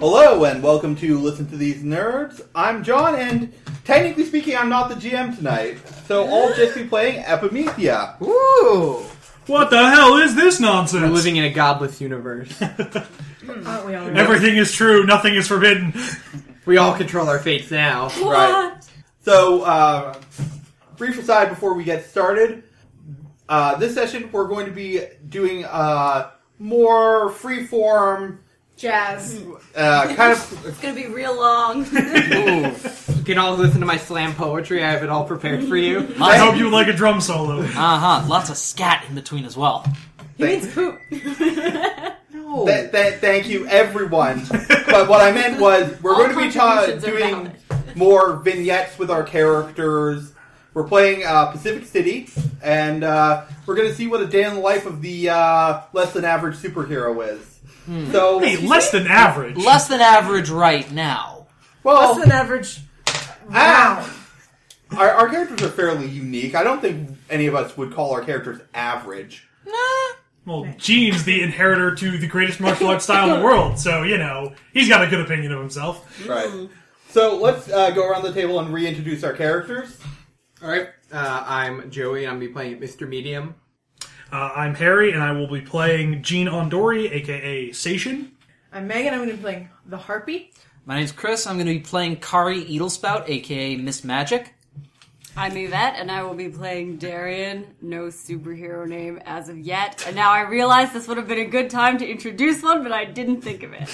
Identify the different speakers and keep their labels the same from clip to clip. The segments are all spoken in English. Speaker 1: Hello and welcome to Listen to These Nerds. I'm John, and technically speaking, I'm not the GM tonight, so I'll just be playing Epimethea.
Speaker 2: Ooh!
Speaker 3: What the hell is this
Speaker 2: We're
Speaker 3: nonsense?
Speaker 2: living in a godless universe.
Speaker 4: Aren't we all
Speaker 3: Everything is true, nothing is forbidden.
Speaker 2: we all control our fates now.
Speaker 1: Right. So, uh, brief aside before we get started. Uh, this session, we're going to be doing uh, more freeform,
Speaker 4: Jazz.
Speaker 1: uh, kind of.
Speaker 5: It's gonna be real long.
Speaker 2: Ooh. You can all listen to my slam poetry. I have it all prepared for you.
Speaker 3: I hope you like a drum solo.
Speaker 6: Uh huh. Lots of scat in between as well.
Speaker 5: He means poop.
Speaker 2: No.
Speaker 1: Th- th- thank you, everyone. but what I meant was, we're
Speaker 5: All
Speaker 1: going to be ta-
Speaker 5: contributions are
Speaker 1: doing
Speaker 5: valid.
Speaker 1: more vignettes with our characters. We're playing uh, Pacific City, and uh, we're going to see what a day in the life of the uh, less than average superhero is.
Speaker 2: Hmm.
Speaker 1: So,
Speaker 3: Hey, less than average.
Speaker 6: Less than average right now.
Speaker 1: well,
Speaker 4: Less than average.
Speaker 1: ah, our, our characters are fairly unique. I don't think any of us would call our characters average.
Speaker 3: Well, Gene's the inheritor to the greatest martial arts style in the world, so, you know, he's got a good opinion of himself.
Speaker 2: Mm-hmm.
Speaker 1: Right. So let's uh, go around the table and reintroduce our characters.
Speaker 2: Alright, uh, I'm Joey and I'm gonna be playing Mr. Medium.
Speaker 3: Uh, I'm Harry, and I will be playing Gene Ondori, aka Sation.
Speaker 4: I'm Megan. I'm going to be playing the harpy.
Speaker 6: My name's Chris. I'm going to be playing Kari Eaglespout, aka Miss Magic.
Speaker 5: I'm Yvette, and I will be playing Darian. No superhero name as of yet. And now I realize this would have been a good time to introduce one, but I didn't think of it.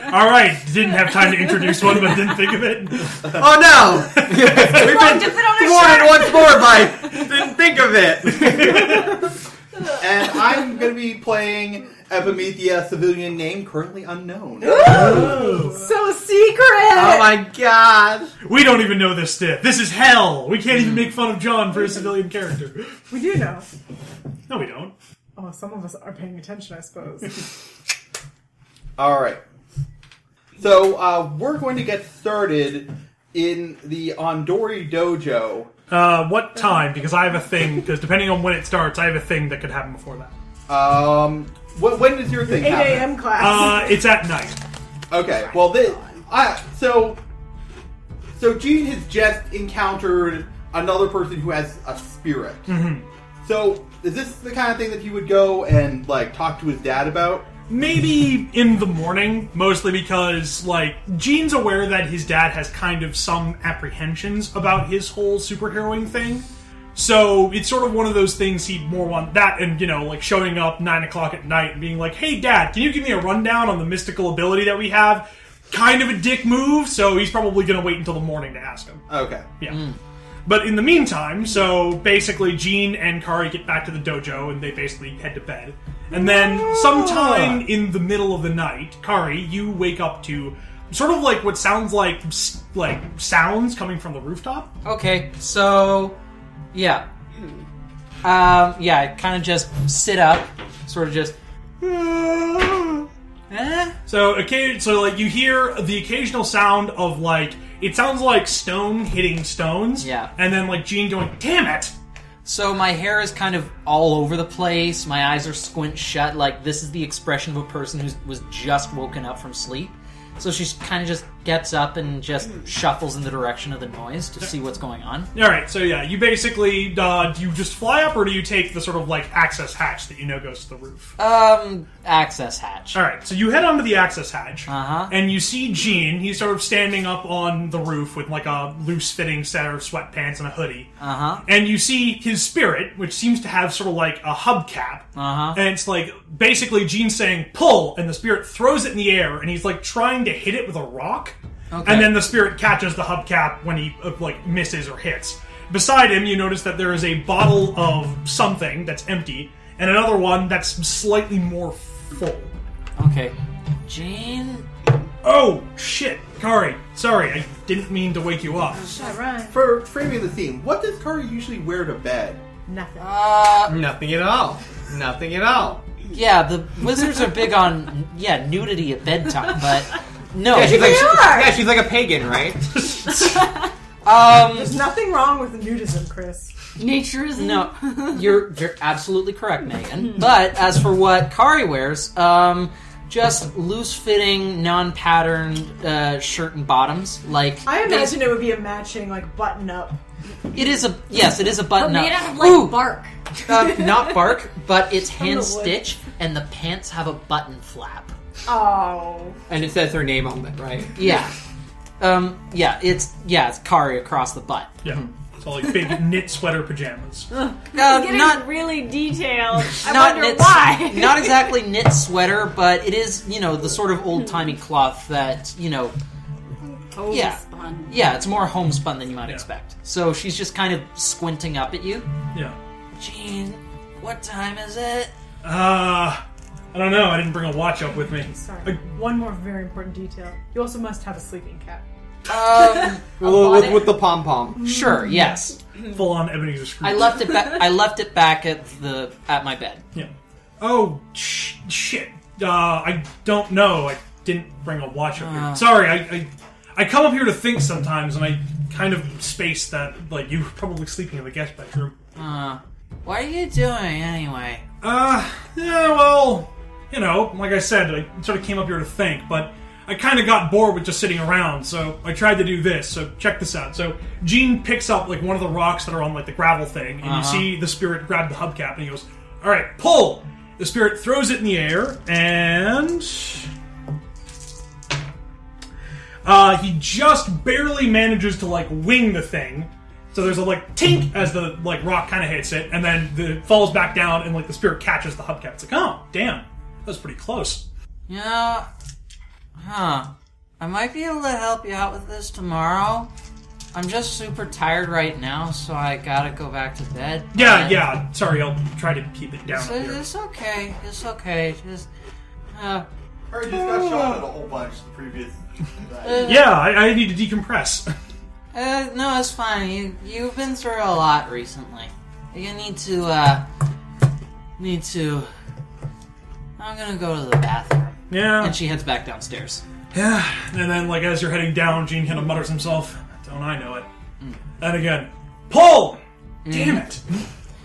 Speaker 3: Alright, didn't have time to introduce one, but didn't think of it.
Speaker 2: Oh no! We've
Speaker 5: Like,
Speaker 2: been
Speaker 5: just sit on a
Speaker 2: thwarted
Speaker 5: shirt.
Speaker 2: once more by didn't think of it.
Speaker 1: And I'm going to be playing Epimethea, civilian name currently unknown.
Speaker 4: So secret!
Speaker 2: Oh my god.
Speaker 3: We don't even know this stiff. This is hell! We can't even make fun of John for a civilian character.
Speaker 4: we do know.
Speaker 3: No, we don't.
Speaker 4: Oh, some of us are paying attention, I suppose.
Speaker 1: All right. So uh, we're going to get started in the Ondori Dojo.
Speaker 3: Uh, what time? Because I have a thing, because depending on when it starts, I have a thing that could happen before that.
Speaker 1: Um, wh- when does your thing
Speaker 4: 8
Speaker 1: happen?
Speaker 4: a.m. class.
Speaker 3: Uh, it's at night.
Speaker 1: Okay. Well, this, I so so Gene has just encountered another person who has a spirit. So is this the kind of thing that he would go and like talk to his dad about?
Speaker 3: Maybe in the morning, mostly because, like, Gene's aware that his dad has kind of some apprehensions about his whole superheroing thing. So it's sort of one of those things he'd more want that and, you know, like showing up 9 o'clock at night and being like, hey, dad, can you give me a rundown on the mystical ability that we have? Kind of a dick move, so he's probably going to wait until the morning to ask him.
Speaker 1: Okay.
Speaker 3: Yeah. But in the meantime, so basically, Jean and Kari get back to the dojo and they basically head to bed. And then, sometime in the middle of the night, Kari, you wake up to sort of like what sounds like s- like sounds coming from the rooftop.
Speaker 6: Okay, so yeah, um, yeah. I kind of just sit up, sort of just. Eh?
Speaker 3: So, okay, so like you hear the occasional sound of like it sounds like stone hitting stones.
Speaker 6: Yeah.
Speaker 3: And then like Jean going, "Damn it!"
Speaker 6: So my hair is kind of all over the place. My eyes are squint shut. Like this is the expression of a person who was just woken up from sleep. So she kind of just gets up and just shuffles in the direction of the noise to see what's going on.
Speaker 3: All right, so yeah, you basically uh, do you just fly up or do you take the sort of like access hatch that you know goes to the roof?
Speaker 6: Um, access hatch.
Speaker 3: All right, so you head onto the access hatch,
Speaker 6: Uh-huh.
Speaker 3: and you see Gene. He's sort of standing up on the roof with like a loose-fitting set of sweatpants and a hoodie.
Speaker 6: Uh huh.
Speaker 3: And you see his spirit, which seems to have sort of like a hubcap.
Speaker 6: Uh huh.
Speaker 3: And it's like basically Gene saying "pull," and the spirit throws it in the air, and he's like trying to hit it with a rock.
Speaker 6: Okay.
Speaker 3: And then the spirit catches the hubcap when he uh, like misses or hits. Beside him, you notice that there is a bottle of something that's empty, and another one that's slightly more full.
Speaker 6: Okay. Jane.
Speaker 3: Oh shit, Kari. Sorry, I didn't mean to wake you up.
Speaker 4: Shut run.
Speaker 1: For framing the scene, what does Kari usually wear to bed?
Speaker 4: Nothing.
Speaker 6: Uh,
Speaker 2: Nothing at all. Nothing at all.
Speaker 6: yeah. The wizards are big on yeah nudity at bedtime, but no.
Speaker 2: Yeah, she's like,
Speaker 4: are!
Speaker 2: yeah, she's like a pagan, right?
Speaker 6: um,
Speaker 4: There's nothing wrong with nudism, Chris.
Speaker 5: Nature is
Speaker 6: no, you're you're absolutely correct, Megan. But as for what Kari wears, um, just loose fitting, non patterned uh, shirt and bottoms. Like
Speaker 4: I imagine it would be a matching like button up.
Speaker 6: it is a yes, it is a
Speaker 5: But
Speaker 6: button up.
Speaker 5: made out of like
Speaker 6: Ooh,
Speaker 5: bark.
Speaker 6: uh, not bark, but it's hand
Speaker 4: wood.
Speaker 6: stitch, and the pants have a button flap.
Speaker 4: Oh,
Speaker 2: And it says her name on it, right?
Speaker 6: Yeah. Um, yeah, it's yeah, it's Kari across the butt.
Speaker 3: Yeah. It's all like big knit sweater pajamas.
Speaker 6: Uh,
Speaker 5: Getting
Speaker 6: not
Speaker 5: really detailed. I
Speaker 6: not
Speaker 5: wonder
Speaker 6: knit,
Speaker 5: why.
Speaker 6: not exactly knit sweater, but it is you know the sort of old timey cloth that you know
Speaker 5: Totally
Speaker 6: yeah.
Speaker 5: spun.
Speaker 6: yeah it's more homespun than you might
Speaker 3: Yeah.
Speaker 6: expect. So she's just kind of squinting up at you.
Speaker 3: Yeah.
Speaker 6: Jean, what time is it?
Speaker 3: Uh, I don't know. I didn't bring a watch up with me.
Speaker 4: sorry. One more very important detail. You also must have a sleeping cat.
Speaker 6: Um,
Speaker 2: Well,
Speaker 6: bonnet.
Speaker 2: with, with the pom pom.
Speaker 6: sure, yes.
Speaker 3: Full on Ebenezer Scrooge.
Speaker 6: I left it back. I left it back at the at my bed.
Speaker 3: Yeah. Oh sh- shit. Uh, I don't know. I didn't bring a watch up here. Sorry. I, I I come up here to think sometimes, and I kind of space that like you were probably sleeping in the guest bedroom.
Speaker 6: Uh, what are you doing anyway?
Speaker 3: Uh, yeah, well, you know, like I said, I sort of came up here to think, but I kind of got bored with just sitting around, so I tried to do this. So check this out. So Gene picks up like one of the rocks that are on like the gravel thing, and you see the spirit grab the hubcap, and he goes, "All right, pull." The spirit throws it in the air, and uh, he just barely manages to like wing the thing. So there's a like tink as the like rock kind of hits it, and then the it falls back down, and like the spirit catches the hubcap. It's like, oh damn, that was pretty close.
Speaker 6: Yeah. Huh. I might be able to help you out with this tomorrow. I'm just super tired right now, so I gotta go back to bed.
Speaker 3: Yeah,
Speaker 6: And-
Speaker 3: yeah. Sorry, I'll try to keep it down
Speaker 6: It's,
Speaker 3: up here.
Speaker 6: it's okay. It's okay. Just. Uh,
Speaker 1: Or you just got shot at a whole bunch the previous. night.
Speaker 3: Yeah, I, I need to decompress.
Speaker 6: uh, no, it's fine. You you've been through a lot recently. You need to uh need to. I'm gonna go to the bathroom.
Speaker 3: yeah,
Speaker 6: And she heads back downstairs.
Speaker 3: yeah. And then like as you're heading down, Gene kind of mutters himself, "Don't I know it?" And again, pull.
Speaker 6: Mm.
Speaker 3: Damn it!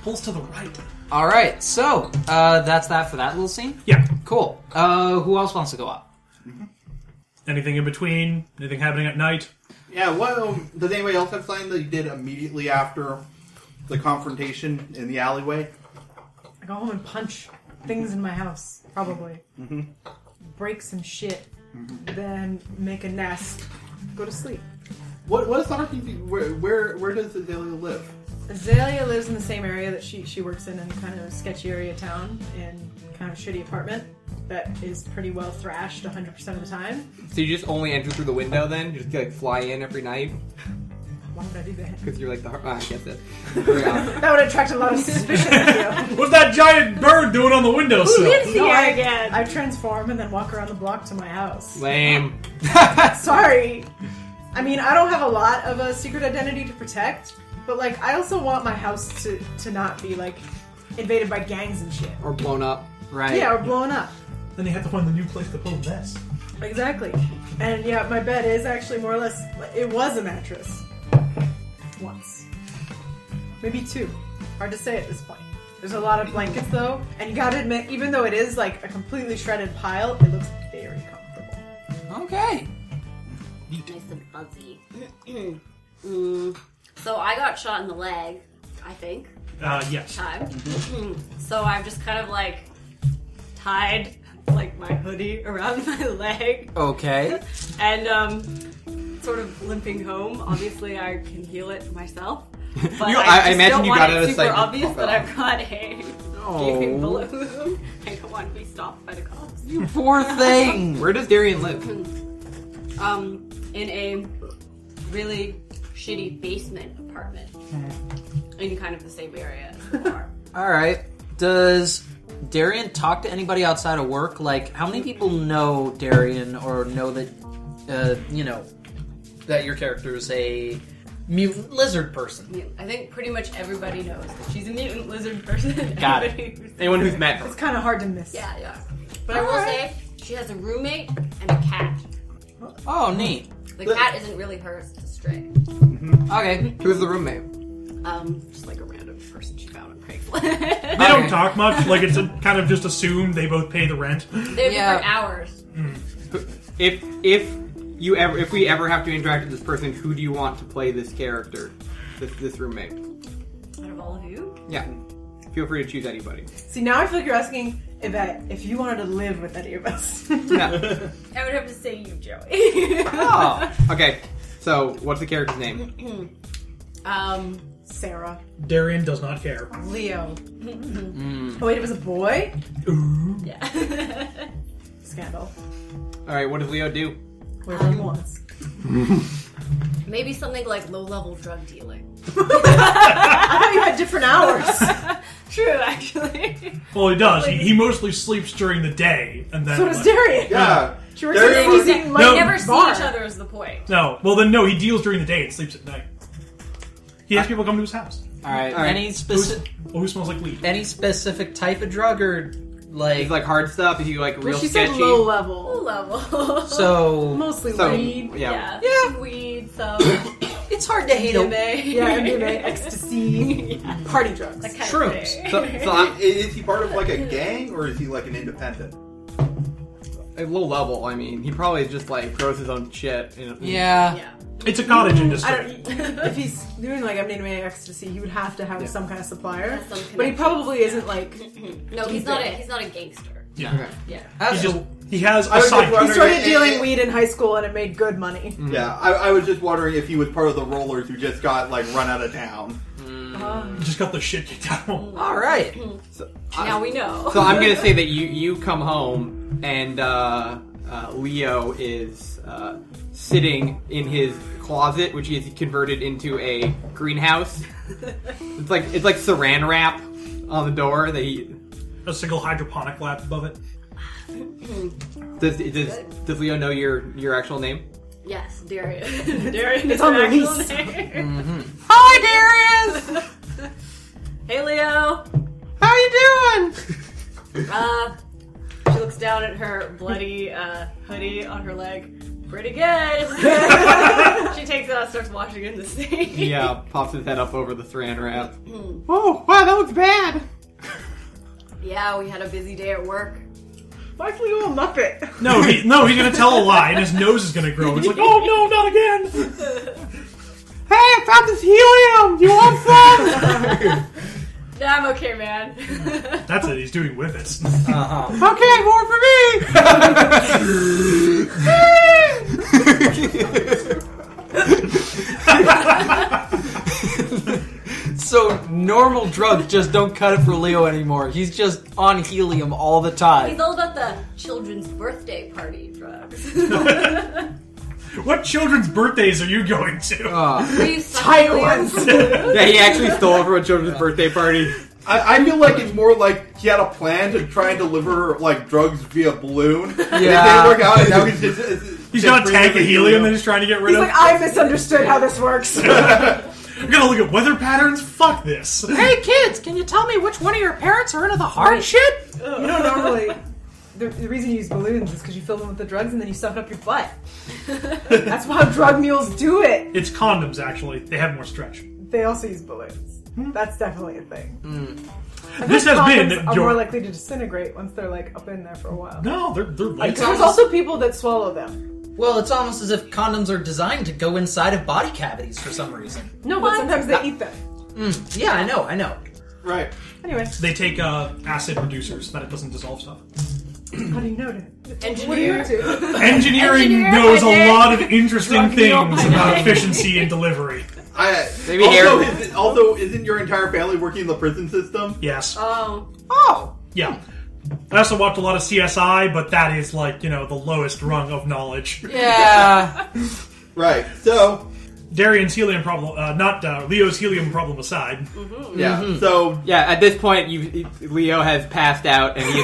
Speaker 3: Pulls to the right.
Speaker 6: All right, so uh, that's that for that little scene.
Speaker 3: Yeah.
Speaker 6: Cool. Uh, who else wants to go up?
Speaker 3: Anything in between? Anything happening at night?
Speaker 1: Yeah. What um, does anybody else have something that you did immediately after the confrontation in the alleyway?
Speaker 4: I go home and punch things in my house, probably. Break some shit, then make a nest, go to sleep.
Speaker 1: What What is Sarah? Where Where Where does Azalea live?
Speaker 4: Azalea lives in the same area that she she works in, in kind of a sketchy area of town, in kind of shitty apartment that is pretty well thrashed 100% of the time.
Speaker 2: So you just only enter through the window then? You just like fly in every night?
Speaker 4: Why would I do that?
Speaker 2: Because you're like the. har- Ah, I get it. Yeah.
Speaker 4: That would attract a lot of suspicion of you.
Speaker 3: What's that giant bird doing on the windowsill?
Speaker 4: No, I-
Speaker 5: again?
Speaker 4: I transform and then walk around the block to my house.
Speaker 2: Lame.
Speaker 4: Sorry. I mean, I don't have a lot of a secret identity to protect, but like, I also want my house to to not be like invaded by gangs and shit.
Speaker 2: Or blown up.
Speaker 6: Right.
Speaker 4: Yeah, or blown up.
Speaker 3: Then they have to find a new place to build nests.
Speaker 4: Exactly. And yeah, my bed is actually more or less. It was a mattress. Once. Maybe two. Hard to say at this point. There's a lot of blankets though, and you gotta admit, even though it is like a completely shredded pile, it looks very comfortable.
Speaker 6: Okay.
Speaker 5: Nice and fuzzy. Mm. So I got shot in the leg, I think,
Speaker 3: Uh, yes.
Speaker 5: time.
Speaker 2: Mm-hmm.
Speaker 5: So I'm just kind of like tied like my hoodie around my leg
Speaker 6: Okay.
Speaker 5: and um, sort of limping home. Obviously, I can heal it myself. But
Speaker 2: You-
Speaker 5: I,
Speaker 2: I- I
Speaker 5: just
Speaker 2: imagine
Speaker 5: don't
Speaker 2: you
Speaker 5: want
Speaker 2: got
Speaker 5: it
Speaker 2: out of
Speaker 5: super
Speaker 2: sight
Speaker 5: obvious
Speaker 2: before
Speaker 5: that
Speaker 2: that.
Speaker 5: I've got a gaping
Speaker 2: Oh.
Speaker 5: balloon. I don't want to be stopped by the cops.
Speaker 6: Poor thing.
Speaker 2: Where does Darian live?
Speaker 5: um, in a really shitty basement apartment
Speaker 7: Hmm.
Speaker 5: in kind of the same area as the bar.
Speaker 6: All right. Does Darian talk to anybody outside of work? Like, how many people know Darian or know that, uh, you know, that your character is a mutant lizard person?
Speaker 5: Yeah, I think pretty much everybody knows that she's a mutant lizard person.
Speaker 6: Got it.
Speaker 5: Everybody who's-
Speaker 2: Anyone who's met her.
Speaker 4: It's kind of hard to miss.
Speaker 5: Yeah, yeah. But I will say, she has a roommate and a cat.
Speaker 6: Oh, neat.
Speaker 5: The cat isn't really hers, it's a stray.
Speaker 6: Okay.
Speaker 2: Who's the roommate?
Speaker 5: Um, just like a random person she found on Craigslist.
Speaker 2: Uh,
Speaker 3: They don't
Speaker 6: Okay.
Speaker 3: talk much. Like it's a, kind of just assumed they both pay the rent.
Speaker 7: They've
Speaker 5: Yeah.
Speaker 7: been for hours.
Speaker 2: If if you ever if we ever have to interact with this person, who do you want to play this character, this this roommate?
Speaker 5: Out of all of you?
Speaker 2: Yeah, feel free to choose anybody.
Speaker 4: See, now I feel like you're asking Yvette if you wanted to live with any of us.
Speaker 2: Yeah.
Speaker 7: I would have to say you, Joey.
Speaker 2: oh, okay. So what's the character's name?
Speaker 5: Um,
Speaker 4: Sarah.
Speaker 3: Darian does not care.
Speaker 4: Leo. Oh, wait, it was a boy?
Speaker 5: yeah.
Speaker 4: Scandal.
Speaker 2: All right, what does Leo do?
Speaker 4: Whatever he wants.
Speaker 5: Maybe something like low level drug dealing.
Speaker 4: I thought you had different hours.
Speaker 5: True, actually.
Speaker 3: Well, he does. He, he mostly sleeps during the day, and then
Speaker 4: so does
Speaker 3: like-
Speaker 4: Darian.
Speaker 1: Yeah.
Speaker 4: Sure,
Speaker 1: Darian
Speaker 4: Darian
Speaker 1: was-
Speaker 4: was eating like
Speaker 3: No.
Speaker 7: They never see
Speaker 4: bar.
Speaker 7: each other is the point.
Speaker 3: No. Well, then no. He deals during the day and sleeps at night. He has people come to his house.
Speaker 6: All right.
Speaker 2: All right.
Speaker 6: Any specific
Speaker 3: Well, who smells like weed?
Speaker 6: any specific type of drug or like,
Speaker 2: He's like hard stuff. Is he like real
Speaker 4: Well, she
Speaker 2: sketchy?
Speaker 4: said low
Speaker 7: Low
Speaker 4: level.
Speaker 7: level.
Speaker 6: so?
Speaker 4: Mostly
Speaker 2: So-
Speaker 4: weed.
Speaker 2: yeah.
Speaker 7: Yeah.
Speaker 4: Yeah.
Speaker 7: Weed, some
Speaker 6: It's hard to hate a
Speaker 7: MDMA.
Speaker 4: Yeah, MDMA, ecstasy, party drugs.
Speaker 7: That kind of
Speaker 6: Shrooms.
Speaker 7: thing.
Speaker 2: So,
Speaker 1: So I'm, is he part of like a gang or is he like an independent?
Speaker 2: at low level, I mean, he probably just like grows his own shit. And,
Speaker 6: Yeah.
Speaker 7: Yeah.
Speaker 3: It's a cottage
Speaker 4: I
Speaker 3: industry.
Speaker 4: don't. If he's doing like MDMA ecstasy, he would have to have some kind of supplier.
Speaker 5: Has some
Speaker 4: But he
Speaker 5: connection.
Speaker 4: probably isn't like he
Speaker 5: No, he's not a he's not a gangster.
Speaker 2: Okay.
Speaker 3: He
Speaker 6: That's
Speaker 3: just he has
Speaker 1: I
Speaker 3: a
Speaker 1: was just
Speaker 3: side.
Speaker 1: wondering-
Speaker 4: started
Speaker 1: it-
Speaker 4: dealing
Speaker 1: it-
Speaker 4: weed in high school and it made good money.
Speaker 2: Mm.
Speaker 1: Yeah, I, I was just wondering if he was part of the rollers who just got like run out of town.
Speaker 4: Um,
Speaker 3: Just got the shit kicked out of him.
Speaker 6: all right.
Speaker 5: Now we know.
Speaker 2: So I'm gonna say that you you come home and uh, uh, Leo is uh, sitting in his closet, which he has converted into a greenhouse. it's like it's like Saran wrap on the door that he
Speaker 3: A single hydroponic lab above it.
Speaker 2: does. Does, does Leo know your your actual name?
Speaker 5: yes, Darian. Darian
Speaker 4: It's on the
Speaker 5: actual
Speaker 4: lease.
Speaker 5: name.
Speaker 2: Hi, Darius.
Speaker 5: Hey Leo.
Speaker 2: How you doing?
Speaker 5: Uh, she looks down at her bloody uh, hoodie on her leg. Pretty good. she takes it out, and starts washing it in the sink.
Speaker 2: yeah, uh, pops his head up over the Saran wrap. oh wow, that looks bad.
Speaker 5: Yeah, we had a busy day at work.
Speaker 4: Fuck you, a muppet.
Speaker 3: No, he, no, he's gonna tell a lie, and his nose is gonna grow. It's like, oh no, not again.
Speaker 2: Hey, I found this helium. Do you want some?
Speaker 5: Nah, I'm okay, man.
Speaker 3: That's it. He's doing whippets.
Speaker 6: Uh-huh.
Speaker 2: okay, more for me.
Speaker 6: So normal drugs just don't cut it for Leo anymore. He's just on helium all the
Speaker 5: He's
Speaker 6: time.
Speaker 5: all about the children's birthday party drugs.
Speaker 3: What children's birthdays are you going to?
Speaker 6: Uh,
Speaker 5: Were you Tiger
Speaker 2: yeah, he actually stole it from a children's birthday party.
Speaker 1: I, I feel like it's more like he had a plan to try and deliver like drugs via balloon. And It
Speaker 6: Yeah.
Speaker 1: didn't work out, and now he's just he's,
Speaker 3: He's got a tank of helium that he's trying to get rid
Speaker 4: He's
Speaker 3: of.
Speaker 4: like, "Oh." I misunderstood how this works.
Speaker 3: We're gonna look at weather patterns. Fuck this.
Speaker 6: hey kids, can you tell me which one of your parents are into the hard shit?
Speaker 4: You know, normally the, the reason you use balloons is because you fill them with the drugs and then you stuff it up your butt. That's how drug mules do it.
Speaker 3: It's condoms, actually. They have more stretch.
Speaker 4: They also use balloons. That's definitely a thing. I
Speaker 3: Hmm. This
Speaker 4: think
Speaker 3: has been
Speaker 4: condoms are
Speaker 3: your-
Speaker 4: more likely to disintegrate once they're like up in there for a while.
Speaker 3: No, they're they're lights.
Speaker 4: There's also people that swallow them.
Speaker 6: Well, it's almost as if condoms are designed to go inside of body cavities for some reason.
Speaker 4: No, Ah. but sometimes they eat them.
Speaker 6: Yeah, I know, I know.
Speaker 1: right.
Speaker 4: Anyway,
Speaker 3: They take uh, acid reducers so that it doesn't dissolve stuff.
Speaker 4: how do you know that? What are you
Speaker 5: Engineer.
Speaker 4: up to?
Speaker 3: Engineering
Speaker 5: Engineer,
Speaker 3: knows
Speaker 5: my
Speaker 3: a
Speaker 5: dick.
Speaker 3: lot of interesting
Speaker 5: Drug deal,
Speaker 3: things
Speaker 5: my
Speaker 3: about
Speaker 5: dick.
Speaker 3: efficiency and delivery.
Speaker 1: I,
Speaker 2: Maybe
Speaker 1: also,
Speaker 2: Harry-
Speaker 1: is, also, isn't your entire family working in the prison system?
Speaker 3: Yes.
Speaker 5: Oh,
Speaker 6: Oh,
Speaker 3: Yeah. I also watched a lot of CSI, but that is like you know the lowest rung of knowledge.
Speaker 6: yeah.
Speaker 1: Right. So
Speaker 3: Darian's helium problem, uh, not uh, Leo's helium problem aside.
Speaker 1: yeah.
Speaker 2: Mm-hmm.
Speaker 1: So
Speaker 2: Yeah, at this point, you, Leo has passed out, and he's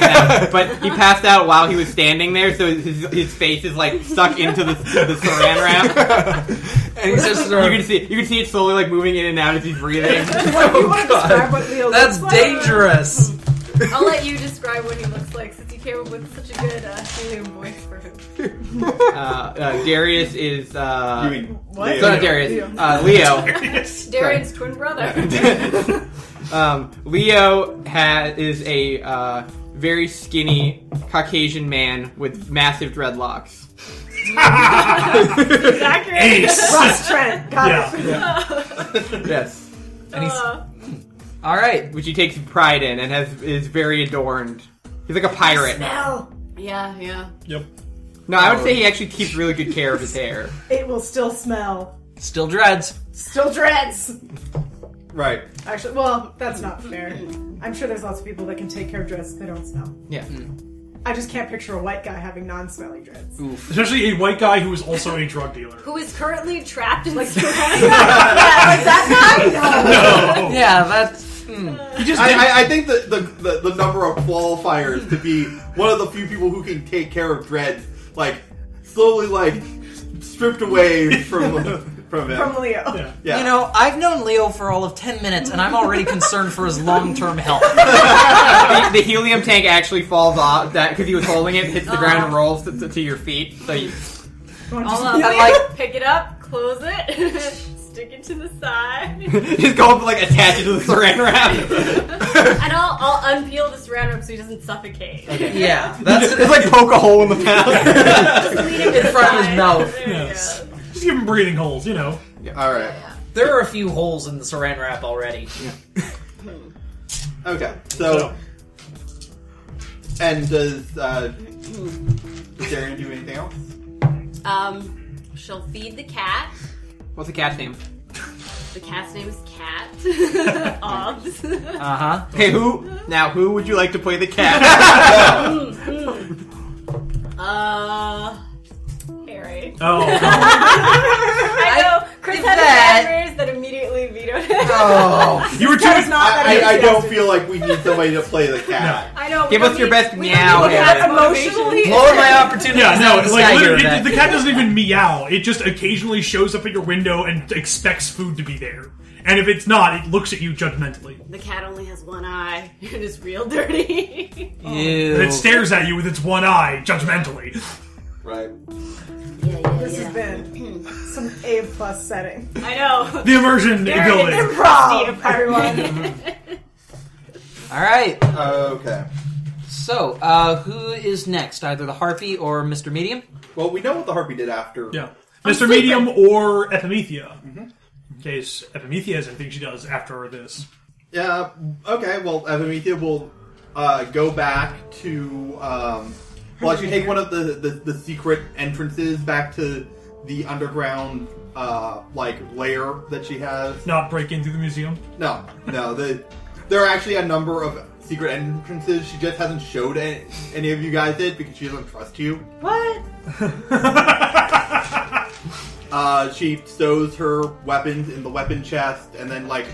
Speaker 2: now, but he passed out while he was standing there, so his, his face is like stuck into the, the Saran wrap.
Speaker 6: and he's just uh,
Speaker 2: You can see you can see it slowly like moving in and out as he's breathing.
Speaker 4: Oh, You want to describe what Leo
Speaker 6: That's
Speaker 4: looks like?
Speaker 6: dangerous.
Speaker 5: I'll let you describe what he looks like since he
Speaker 7: Caleb with such a good uh, alien voice for him.
Speaker 2: Uh, uh, Darius is. Uh,
Speaker 1: you mean
Speaker 4: what?
Speaker 1: Leo.
Speaker 2: it's not Darius. Uh, Leo.
Speaker 7: Darian's twin brother.
Speaker 2: um, Leo ha- is a uh, very skinny Caucasian man with massive dreadlocks.
Speaker 3: Ace.
Speaker 4: Ross Trent. Got
Speaker 3: Yeah.
Speaker 4: it.
Speaker 2: Yes,
Speaker 6: And he's,
Speaker 7: Uh,
Speaker 6: all right.
Speaker 2: which he takes pride in and has is very adorned. He's like a pirate.
Speaker 7: Mel.
Speaker 5: Yeah, yeah.
Speaker 3: Yep.
Speaker 2: No, I would say he actually keeps really good care of his hair.
Speaker 4: It will still smell.
Speaker 6: Still dreads.
Speaker 4: Still dreads.
Speaker 1: Right.
Speaker 4: Actually, well, that's not fair. I'm sure there's lots of people that can take care of dreads if they don't smell.
Speaker 2: Yeah.
Speaker 3: Mm.
Speaker 4: I just can't picture a white guy having non-smelly dreads.
Speaker 3: Especially a white guy who is also a drug dealer.
Speaker 7: Who is currently trapped in like
Speaker 4: that guy? No.
Speaker 3: No.
Speaker 6: Yeah, that's. mm.
Speaker 3: He just
Speaker 1: I,
Speaker 3: didn't-
Speaker 1: I, I think the, the, the, the number of qualifiers to be one of the few people who can take care of dreads, like, slowly, like, stripped away from from him.
Speaker 4: From Leo.
Speaker 3: Yeah.
Speaker 1: yeah.
Speaker 6: You know, I've known Leo for all of 10 minutes, and I'm already concerned for his long term health.
Speaker 2: the, the helium tank actually falls off that because he was holding it, hits the ground, and rolls to, to, to your feet. So you,
Speaker 4: Wanna
Speaker 5: All
Speaker 4: just-
Speaker 5: of
Speaker 6: I like
Speaker 7: uh, pick it up, close it, stick it to the side,
Speaker 2: just go up like attach it to the saran wrap.
Speaker 7: and I'll, I'll unpeel this random so he doesn't suffocate.
Speaker 6: Yeah, that's
Speaker 2: It's like poke a hole in the pound.
Speaker 7: Just lean it to
Speaker 6: In
Speaker 7: the
Speaker 6: front of his
Speaker 7: side.
Speaker 6: mouth.
Speaker 7: There we
Speaker 3: Yes.
Speaker 7: go.
Speaker 3: Just give him breathing holes, you know.
Speaker 1: All right.
Speaker 6: there are a few holes in the saran wrap already.
Speaker 1: Okay.
Speaker 3: So
Speaker 1: So, and does uh, does Darian do anything else?
Speaker 5: Um,
Speaker 7: She'll feed the cat.
Speaker 2: What's the cat's name?
Speaker 7: The cat's name is Cat. Obs.
Speaker 6: Uh huh.
Speaker 2: Hey, who? Now, who would you like to play the cat?
Speaker 7: Mm, uh, Harry.
Speaker 3: Oh, no.
Speaker 7: I know Chris
Speaker 5: did
Speaker 7: had
Speaker 5: that.
Speaker 7: a hand raised that immediately vetoed it.
Speaker 6: Oh.
Speaker 3: you were too.
Speaker 4: That is not that
Speaker 1: I, I, I don't
Speaker 4: enthusiastic.
Speaker 1: feel like we need somebody to play the cat.
Speaker 7: I know. we
Speaker 2: Give
Speaker 7: don't
Speaker 2: us your
Speaker 7: need-
Speaker 2: best
Speaker 7: we don't
Speaker 2: meow,
Speaker 7: need
Speaker 2: Harry.
Speaker 7: that Emotionally,
Speaker 6: Lower my opportunity.
Speaker 3: Yeah, no,
Speaker 6: the
Speaker 3: like
Speaker 6: sky here
Speaker 3: literally, it,
Speaker 6: event.
Speaker 3: the cat doesn't even meow. It just occasionally shows up at your window and expects food to be there. And if it's not, it looks at you judgmentally.
Speaker 7: the cat only has one eye and is real dirty.
Speaker 2: Oh.
Speaker 6: Ew.
Speaker 3: And it stares at you with its one eye judgmentally.
Speaker 1: Right.
Speaker 7: yeah, yeah,
Speaker 4: This has been some A plus setting.
Speaker 7: I know.
Speaker 3: The immersion
Speaker 7: There it
Speaker 3: building.
Speaker 7: is.
Speaker 4: Improv, everyone.
Speaker 6: All right.
Speaker 1: Uh, Okay.
Speaker 6: So, uh, who is next? Either the harpy or Mr. Medium?
Speaker 1: Well, we know what the harpy did after.
Speaker 3: Yeah. Mr. Medium or Epimethea.
Speaker 1: Mm-hmm.
Speaker 3: In case Epimethea has anything she does after this.
Speaker 1: Yeah. Okay. Well, Evamethea will uh, go back to. Um, well, actually, take one of the, the the secret entrances back to the underground uh, like lair that she has.
Speaker 3: Not break into the museum.
Speaker 1: No, no. The, there are actually a number of secret entrances. She just hasn't showed any, any of you guys it because she doesn't trust you.
Speaker 4: what?
Speaker 1: Uh, she stows her weapons in the weapon chest and then, like,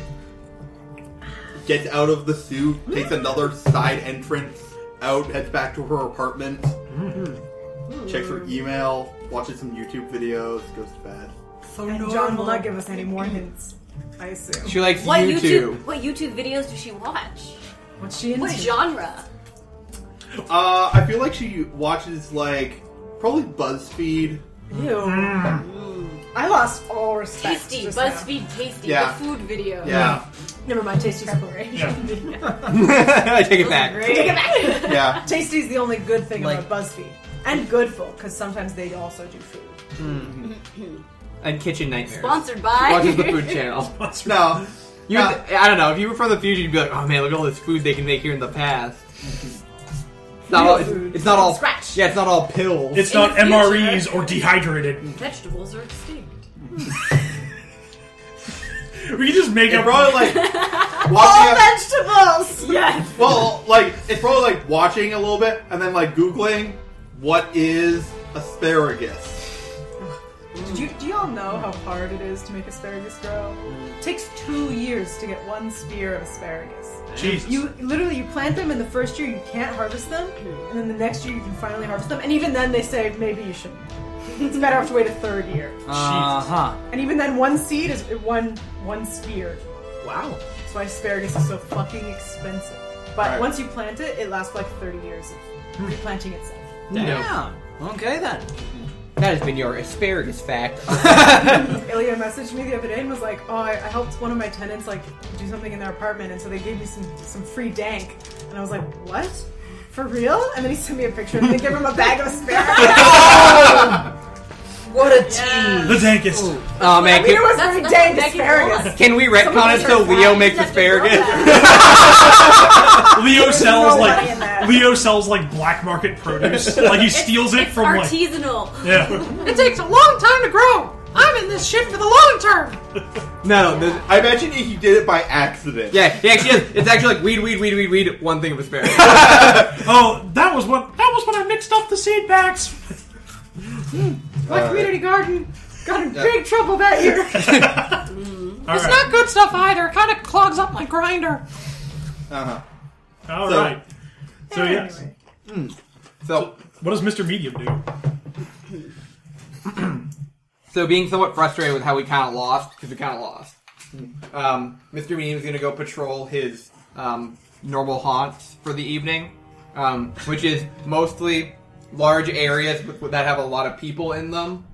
Speaker 1: gets out of the suit, takes another side entrance out, heads back to her apartment, checks her email, watches some YouTube videos, goes to bed.
Speaker 4: And John will not give us any more hints. I assume.
Speaker 2: She likes
Speaker 5: what
Speaker 2: you
Speaker 5: YouTube?
Speaker 2: too.
Speaker 5: What YouTube videos does she watch?
Speaker 4: What's she
Speaker 7: What genre?
Speaker 1: Uh, I feel like she watches, like, probably BuzzFeed.
Speaker 4: Ew. Mm. I lost all respect.
Speaker 7: Tasty,
Speaker 4: just
Speaker 7: BuzzFeed Tasty,
Speaker 1: Yeah.
Speaker 7: the food video.
Speaker 1: Yeah,
Speaker 4: now. Never mind. Tasty's cool.
Speaker 3: Yeah.
Speaker 2: I take it back.
Speaker 7: Great. Take it back.
Speaker 5: Mm-hmm.
Speaker 1: yeah.
Speaker 4: Tasty's the only good thing
Speaker 6: Like-
Speaker 4: about BuzzFeed, and Goodful, because sometimes they also do food.
Speaker 2: And kitchen nightmares.
Speaker 7: Sponsored by.
Speaker 2: Watches the food channel.
Speaker 1: No.
Speaker 2: You,
Speaker 1: Yeah.
Speaker 2: I don't know. If you were from the future, you'd be like, "Oh man, look at all this food they can make here in the past." It's not all. It's, it's not all.
Speaker 7: Scratch.
Speaker 2: Yeah, it's not all pills.
Speaker 3: It's
Speaker 7: In
Speaker 3: not
Speaker 7: the
Speaker 3: MREs or dehydrated.
Speaker 7: Vegetables are extinct.
Speaker 3: We can just make
Speaker 1: It's
Speaker 3: up.
Speaker 1: probably like
Speaker 4: All
Speaker 1: watching. A,
Speaker 4: vegetables.
Speaker 7: Yes.
Speaker 1: well, like it's probably like watching a little bit and then like googling what is asparagus.
Speaker 4: Did you, do y'all know how hard it is to make asparagus grow? It takes two years to get one spear of asparagus.
Speaker 3: Jesus.
Speaker 4: You literally you plant them, and the first year you can't harvest them, and then the next year you can finally harvest them, and even then they say maybe you shouldn't. It's better off to wait a third year,
Speaker 6: Uh huh.
Speaker 4: and even then one seed is one one spear.
Speaker 6: Wow.
Speaker 4: That's why asparagus is so fucking expensive. But
Speaker 1: Right.
Speaker 4: once you plant it, it lasts for like 30 years of replanting itself.
Speaker 6: Yeah. Okay then.
Speaker 2: That has been your asparagus fact. Oh,
Speaker 4: Ilya messaged me the other day and was like, "Oh, I, I helped one of my tenants like do something in their apartment, and so they gave me some some free dank." And I was like, "What? For real?" And then he sent me a picture, and they gave him a bag of asparagus.
Speaker 6: What a
Speaker 7: Yeah.
Speaker 3: The dankest.
Speaker 2: oh
Speaker 4: I
Speaker 2: man,
Speaker 4: mean, it
Speaker 2: can,
Speaker 4: was
Speaker 7: That's
Speaker 4: free
Speaker 7: the
Speaker 4: dank
Speaker 7: Becky
Speaker 4: asparagus.
Speaker 7: Wallace.
Speaker 2: can we retcon it so Leo makes asparagus?
Speaker 3: Leo sells
Speaker 4: no money
Speaker 3: like
Speaker 4: in that.
Speaker 3: Leo sells like black market produce. like he steals it from like
Speaker 7: Artisanal.
Speaker 3: yeah.
Speaker 6: It takes a long time to grow. I'm in this shit for the long term.
Speaker 2: No, no.
Speaker 1: I imagine he did it by accident.
Speaker 2: Yeah, he actually has, it's actually like weed, weed, weed, weed, weed. One thing of asparagus.
Speaker 3: Oh, that was what that was when I mixed up the seed bags.
Speaker 4: My community garden got in big trouble that year.
Speaker 3: All
Speaker 6: It's
Speaker 3: right.
Speaker 6: not good stuff either. It kind of clogs up my grinder.
Speaker 1: Uh-huh.
Speaker 3: All
Speaker 1: So-
Speaker 3: right. So yes.
Speaker 4: Anyway.
Speaker 1: So
Speaker 3: What does Mr. Medium do?
Speaker 2: So being somewhat frustrated with how we kind of lost, because we kind of lost, um, Mr. Medium is going to go patrol his um, normal haunts for the evening, um, which is mostly large areas with, that have a lot of people in them.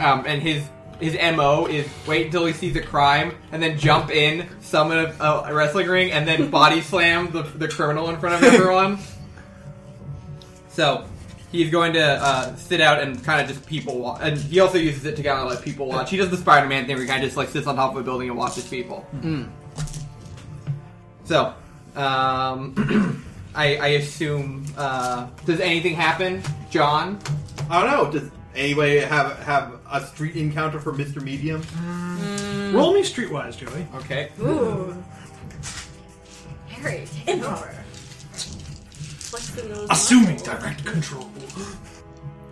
Speaker 2: Um, and his his mo is wait until he sees a crime and then jump in, summon a, a wrestling ring, and then body slam the, the criminal in front of everyone. So he's going to uh, sit out and kind of just people watch. And he also uses it to kind of let people watch. He does the Spider-Man thing where he kind of just like sits on top of a building and watches people. So, um, I, I assume uh, does anything happen, John?
Speaker 1: I don't know. Does anybody have have a street encounter for Mr. Medium?
Speaker 3: Roll me streetwise, Joey.
Speaker 2: Okay.
Speaker 7: Ooh. Harry, take over. What's the nose?
Speaker 3: Assuming
Speaker 7: muscle?
Speaker 3: direct control.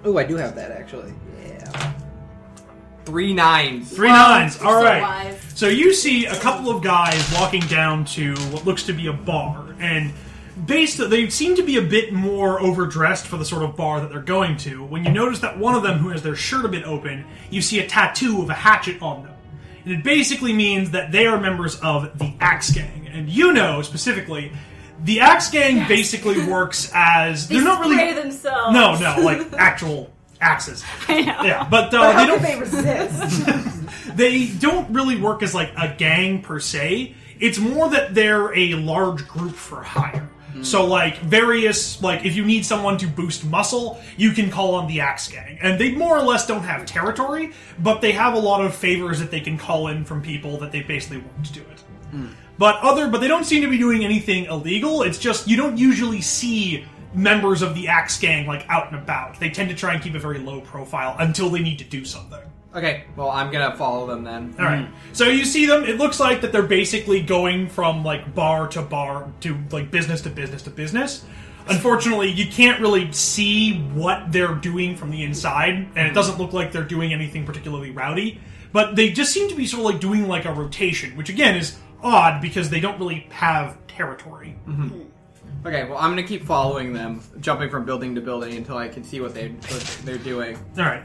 Speaker 2: Oh, I do have that actually. Yeah. Three nines.
Speaker 3: Three nines. All
Speaker 7: so
Speaker 3: right.
Speaker 7: wise.
Speaker 3: So you see a couple of guys walking down to what looks to be a bar, and based they seem to be a bit more overdressed for the sort of bar that they're going to. When you notice that one of them, who has their shirt a bit open, you see a tattoo of a hatchet on them, and it basically means that they are members of the Axe Gang, and you know specifically. The Axe Gang basically works as
Speaker 7: They
Speaker 3: they're not really
Speaker 7: spray themselves.
Speaker 3: no no like actual axes
Speaker 5: I know.
Speaker 3: yeah but, uh,
Speaker 4: But
Speaker 3: they
Speaker 4: how
Speaker 3: don't
Speaker 4: could they resist?
Speaker 3: they don't really work as like a gang per se. It's more that they're a large group for hire. So like various like if you need someone to boost muscle, you can call on the Axe Gang, and they more or less don't have territory, but they have a lot of favors that they can call in from people that they basically want to do it. But other, but they don't seem to be doing anything illegal. It's just you don't usually see members of the Axe Gang like out and about. They tend to try and keep a very low profile until they need to do something.
Speaker 2: Okay. Well, I'm gonna follow them then.
Speaker 3: All right. So you see them. It looks like that they're basically going from like bar to bar to like business to business to business. Unfortunately, you can't really see what they're doing from the inside, and it doesn't look like they're doing anything particularly rowdy. But they just seem to be sort of like doing like a rotation, which again is odd because they don't really have territory.
Speaker 2: Okay. Well, I'm gonna keep following them, jumping from building to building until I can see what they what they're doing.
Speaker 3: All right.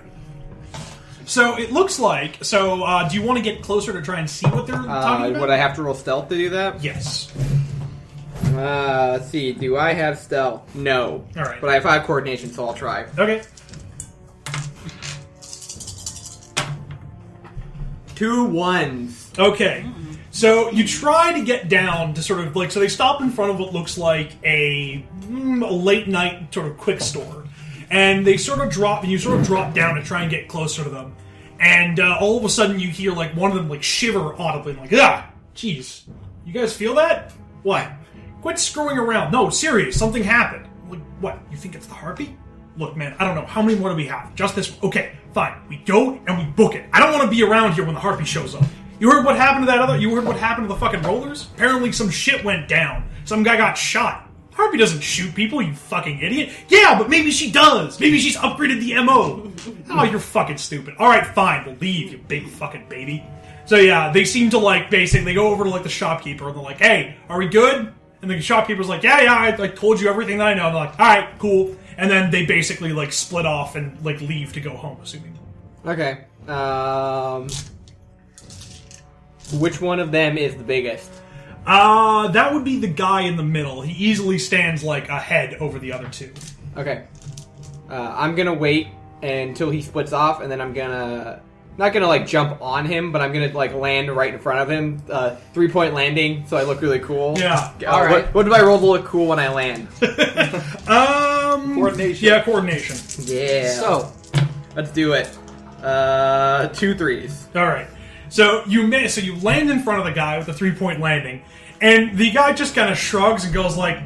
Speaker 3: So it looks like. So uh, do you want to get closer to try and see what they're talking
Speaker 2: Uh,
Speaker 3: about?
Speaker 2: would I have to roll stealth to do that?
Speaker 3: yes.
Speaker 2: Uh, let's see. Do I have stealth? No.
Speaker 3: All right.
Speaker 2: But I have five coordination, so I'll try.
Speaker 3: Okay.
Speaker 2: Two ones.
Speaker 3: Okay. So you try to get down to sort of like so they stop in front of what looks like a, mm, a late night sort of quick store, and they sort of drop and you sort of drop down to try and get closer to them, and uh, all of a sudden you hear like one of them like shiver audibly like ah jeez you guys feel that what quit screwing around no serious something happened like what you think it's the harpy look man I don't know how many more do we have just this one. okay fine we go and we book it I don't want to be around here when the harpy shows up. You heard what happened to that other? You heard what happened to the fucking rollers? Apparently, some shit went down. Some guy got shot. Harpy doesn't shoot people, you fucking idiot. Yeah, but maybe she does. Maybe she's upgraded the MO. Oh, you're fucking stupid. All right, fine. We'll leave, you big fucking baby. So yeah, they seem to like basically they go over to like the shopkeeper and they're like, "Hey, are we good?" And the shopkeeper's like, "Yeah, yeah, I like told you everything that I know." And they're like, "All right, cool." And then they basically like split off and like leave to go home, assuming.
Speaker 2: Okay. Um. Which one of them is the biggest?
Speaker 3: Uh, that would be the guy in the middle. He easily stands like a head over the other two.
Speaker 2: Okay. Uh, I'm gonna wait until he splits off, and then I'm gonna not gonna like jump on him, but I'm gonna like land right in front of him. Uh, three point landing, so I look really cool.
Speaker 3: Yeah.
Speaker 2: Uh,
Speaker 6: All right.
Speaker 2: What, what do I roll to look cool when I land?
Speaker 3: Um,
Speaker 1: Coordination.
Speaker 3: Yeah, coordination.
Speaker 2: yeah.
Speaker 6: So,
Speaker 2: let's do it. Uh, two threes.
Speaker 3: All right. So you may, so you land in front of the guy with a three point landing, and the guy just kind of shrugs and goes like,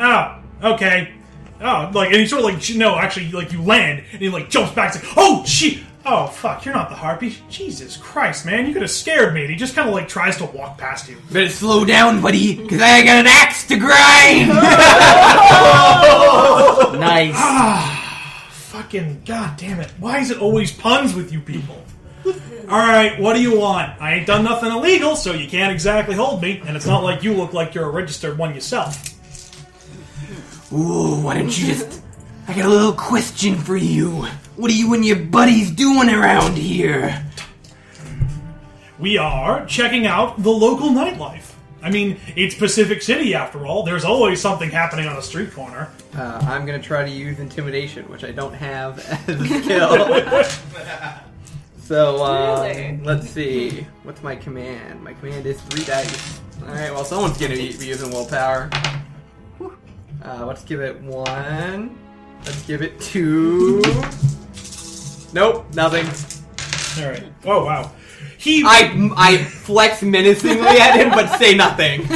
Speaker 3: "Oh, okay." Oh, like and he sort of like j- no, actually, like you land and he like jumps back. It's like, "Oh, she." Oh fuck! You're not the harpy. Jesus Christ, man! You could have scared me. And he just kind of like tries to walk past you.
Speaker 2: Better slow down, buddy, because I got an axe to grind.
Speaker 6: nice.
Speaker 3: Fucking god damn it! Why is it always puns with you people? All right, what do you want? I ain't done nothing illegal, so you can't exactly hold me. And it's not like you look like you're a registered one yourself.
Speaker 2: Ooh, why don't you just? I got a little question for you. What are you and your buddies doing around here?
Speaker 3: we are checking out the local nightlife. I mean, it's Pacific City after all. There's always something happening on a street corner.
Speaker 2: Uh, I'm gonna try to use intimidation, which I don't have as a skill. so uh,
Speaker 7: Really?
Speaker 2: let's see. What's my command? My command is three dice. All right. Well, someone's gonna be, be using willpower. Uh, let's give it one. Let's give it two. Nope, nothing.
Speaker 3: All right. Oh wow. He.
Speaker 2: I I flex menacingly at him, but say nothing.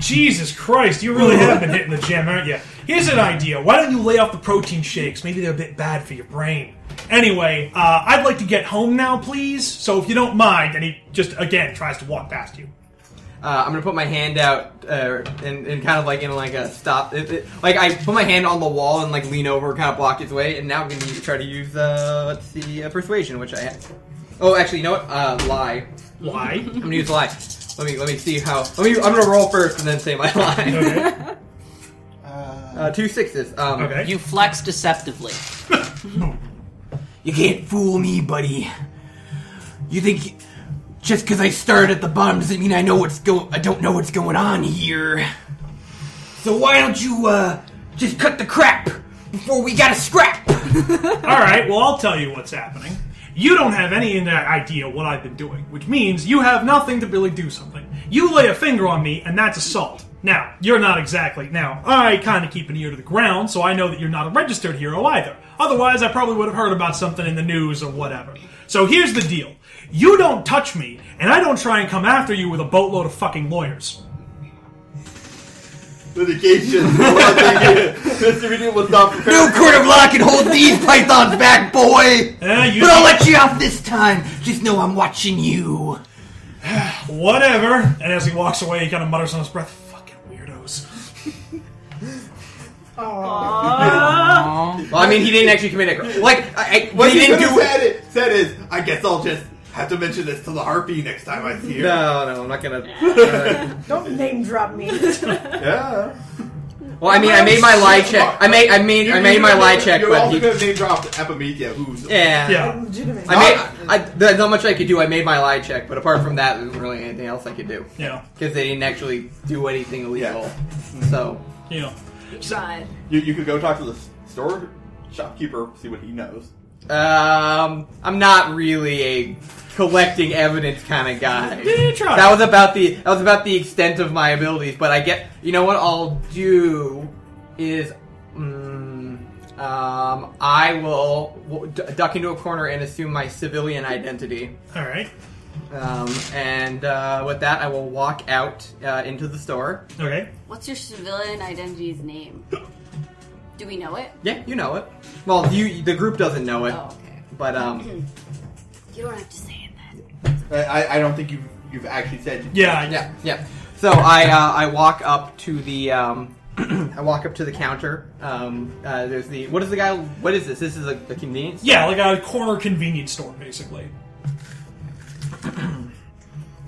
Speaker 3: Jesus Christ! You really have been hitting the gym, aren't you? Here's an idea. Why don't you lay off the protein shakes? Maybe they're a bit bad for your brain. Anyway, uh, I'd like to get home now, please. So if you don't mind, and he just again tries to walk past you.
Speaker 2: uh, I'm gonna put my hand out uh, and, and kind of like in like a stop. It, it- like I put my hand on the wall and like lean over, kind of block his way. And now I'm gonna u- try to use uh, let's see, uh, persuasion, which I have. Oh, actually, you know what? Uh, lie.
Speaker 3: Why?
Speaker 2: I'm gonna use lie. Let me let me see how. Let me. I'm gonna roll first and then say my lie.
Speaker 3: Okay.
Speaker 2: Uh, two sixes. Um,
Speaker 3: Okay.
Speaker 6: You flex deceptively.
Speaker 2: You can't fool me, buddy. You think just because I started at the bottom doesn't mean I know what's go I don't know what's going on here. So why don't you uh just cut the crap before we got to scrap?
Speaker 3: All right, well, I'll tell you what's happening. You don't have any in- idea what I've been doing, which means you have nothing to really do something. You lay a finger on me, and that's assault. Now, you're not exactly. Now, I kind of keep an ear to the ground, so I know that you're not a registered hero either. Otherwise, I probably would have heard about something in the news or whatever. So here's the deal you don't touch me, and I don't try and come after you with a boatload of fucking lawyers.
Speaker 1: Litigation. Mr. Renew was not prepared.
Speaker 8: No court of law can hold these pythons back, boy!
Speaker 3: Eh, you
Speaker 8: But I'll let you off this time. Just know I'm watching you.
Speaker 3: whatever. And as he walks away, he kind of mutters under his breath, fucking weirdos.
Speaker 2: Well, I mean, he didn't actually commit a crime. Like, I, I,
Speaker 1: What
Speaker 2: he
Speaker 1: he
Speaker 2: didn't
Speaker 1: could
Speaker 2: do
Speaker 1: have said, it, said is, I guess I'll just have to mention this to the harpy next time I see her.
Speaker 2: No, no, I'm not gonna. uh,
Speaker 4: Don't name drop me.
Speaker 1: Yeah.
Speaker 2: well, I mean, I made my lie check. I made, I made, I made my lie check,
Speaker 1: You
Speaker 2: but
Speaker 1: also
Speaker 2: he,
Speaker 1: could have name dropped Epimedia, who's
Speaker 2: yeah,
Speaker 3: Yeah.
Speaker 4: Legitimate.
Speaker 2: I made, I, there's not much I could do. I made my lie check, but apart from that, there wasn't really anything else I could do.
Speaker 3: Yeah.
Speaker 2: because they didn't actually do anything illegal. So
Speaker 3: Yeah.
Speaker 7: But
Speaker 1: You, you could go talk to the s- store shopkeeper, see what he knows.
Speaker 2: um, I'm not really a collecting evidence kind of guy.
Speaker 3: Yeah, try.
Speaker 2: That was about the that was about the extent of my abilities. But I get you know what I'll do is mm, um, I will w- d- duck into a corner and assume my civilian identity.
Speaker 3: All right.
Speaker 2: Um, and uh, with that, I will walk out uh, into the store.
Speaker 3: Okay.
Speaker 5: What's your civilian identity's name? Do we know it?
Speaker 2: Yeah, you know it. Well, you the group doesn't know it,
Speaker 5: Oh, okay.
Speaker 2: but um.
Speaker 5: You don't have to say it then.
Speaker 1: I, I, I don't think you've, you've actually said.
Speaker 3: Yeah.
Speaker 2: Yeah, yeah. So I uh, I walk up to the um, I walk up to the counter. Um, uh, there's the what is the guy? What is this? This is a, a convenience.
Speaker 3: Yeah, like a corner convenience store, basically.
Speaker 2: I'm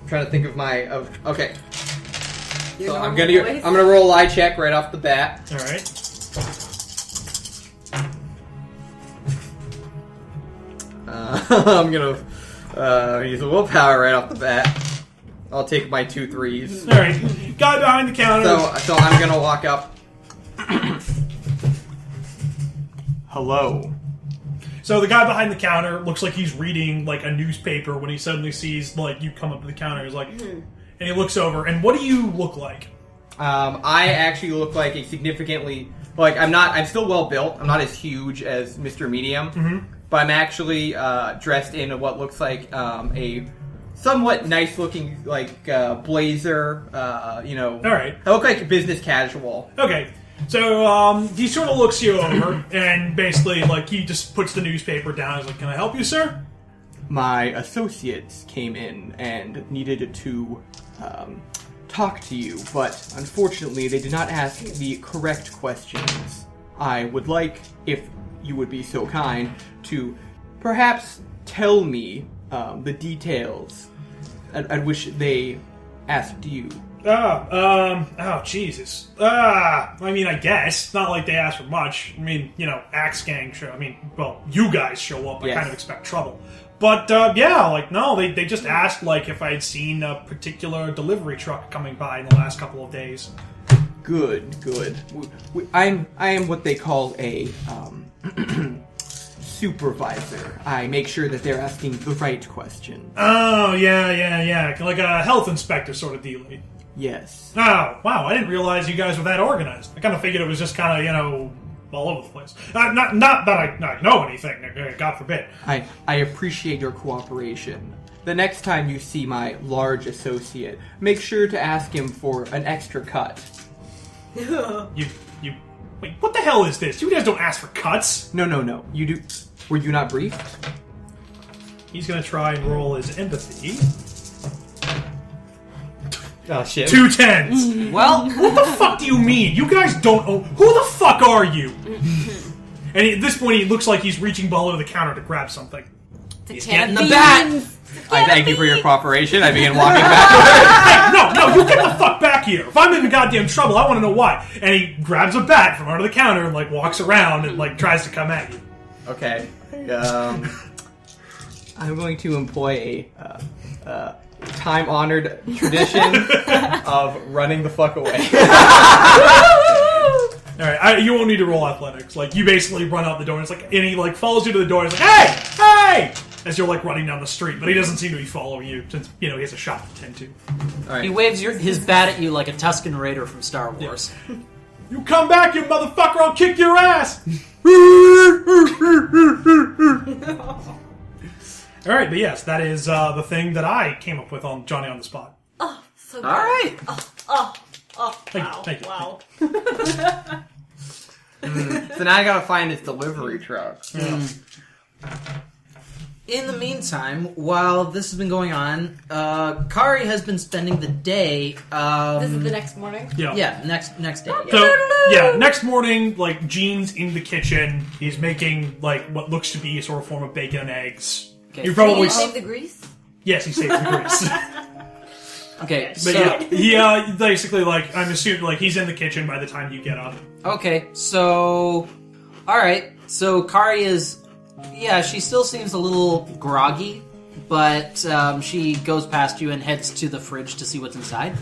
Speaker 2: trying to think of my of okay. So I'm
Speaker 7: normal
Speaker 2: gonna go-
Speaker 7: voice?
Speaker 2: I'm gonna roll a lie check right off the bat.
Speaker 3: All right.
Speaker 2: Uh, I'm gonna uh, use a willpower right off the bat. I'll take my two threes.
Speaker 3: All right. Guy behind the counter.
Speaker 2: So so I'm gonna walk up.
Speaker 1: Hello.
Speaker 3: So the guy behind the counter looks like he's reading like a newspaper when he suddenly sees like you come up to the counter. He's like,
Speaker 2: Hmm.
Speaker 3: and he looks over. And what do you look like?
Speaker 2: Um, I actually look like a significantly like I'm not. I'm still well built. I'm not as huge as Mr. Medium,
Speaker 3: Mm-hmm.
Speaker 2: but I'm actually uh, dressed in what looks like um, a somewhat nice looking like uh, blazer. Uh, you know,
Speaker 3: All right.
Speaker 2: I look like business casual.
Speaker 3: Okay. So um, he sort of looks you over and basically like he just puts the newspaper down. He's like, "Can I help you, sir?"
Speaker 2: My associates came in and needed to um, talk to you, but unfortunately, they did not ask the correct questions. I would like, if you would be so kind, to perhaps tell me um, the details at, at which they asked you.
Speaker 3: Ah, um, oh Jesus. Ah, I mean, I guess not like they asked for much. I mean, you know, Axe Gang show. I mean, well, you guys show up. I
Speaker 2: Yes.
Speaker 3: kind of expect trouble. But uh, yeah, like no, they, they just asked like if I had seen a particular delivery truck coming by in the last couple of days.
Speaker 2: Good, good. W- w- I'm I am what they call a um, supervisor. I make sure that they're asking the right questions.
Speaker 3: Oh yeah, yeah, yeah, like a health inspector sort of dealie.
Speaker 2: Yes.
Speaker 3: Oh, wow, I didn't realize you guys were that organized. I kind of figured it was just kind of, you know, all over the place. Uh, not, not that I, I know anything, uh, God forbid.
Speaker 2: I, I appreciate your cooperation. The next time you see my large associate, make sure to ask him for an extra cut.
Speaker 3: You, you, wait, what the hell is this? You guys don't ask for cuts.
Speaker 2: No, no, no. You do. Were you not briefed?
Speaker 3: He's gonna try and roll his empathy.
Speaker 2: Oh shit.
Speaker 3: Two tens.
Speaker 6: Well,
Speaker 3: what the fuck do you mean? You guys don't own. Who the fuck are you? and at this point, he looks like he's reaching below the counter to grab something.
Speaker 5: He's
Speaker 6: getting the bat.
Speaker 2: I thank you for your cooperation. I begin walking back.
Speaker 3: Hey, no, no, you get the fuck back here. If I'm in goddamn trouble, I want to know why. And he grabs a bat from under the counter and like walks around and like tries to come at you.
Speaker 2: okay. Um, I'm going to employ a uh, uh, time-honored tradition of running the fuck away.
Speaker 3: All right, I, you won't need to roll athletics. Like you basically run out the door. And it's like and he like follows you to the door. And it's like hey, hey, as you're like running down the street, but he doesn't seem to be following you since you know he has a shot to tend to.
Speaker 6: he waves your, his bat at you like a Tuscan Raider from Star Wars.
Speaker 3: You come back, you motherfucker! I'll kick your ass. All right, but yes, that is uh, the thing that I came up with on Johnny on the spot.
Speaker 5: So
Speaker 2: All right.
Speaker 5: Oh, oh,
Speaker 3: Thank you, thank you.
Speaker 5: wow.
Speaker 2: So now I gotta find this delivery truck.
Speaker 6: In the meantime, while this has been going on, uh, Kari has been spending the day. Um,
Speaker 5: This is the next morning.
Speaker 3: Yeah.
Speaker 6: yeah, next next day. yeah.
Speaker 3: So yeah, next morning, like Gene's in the kitchen. He's making like what looks to be a sort of form of bacon and eggs.
Speaker 6: Okay.
Speaker 3: You probably
Speaker 5: Did you save the grease?
Speaker 3: yes, he saved the grease.
Speaker 6: Okay, so
Speaker 3: But yeah, he uh, basically like I'm assuming like he's in the kitchen by the time you get up.
Speaker 6: Okay, so all right, so Kari is yeah, she still seems a little groggy, but um, she goes past you and heads to the fridge to see what's inside.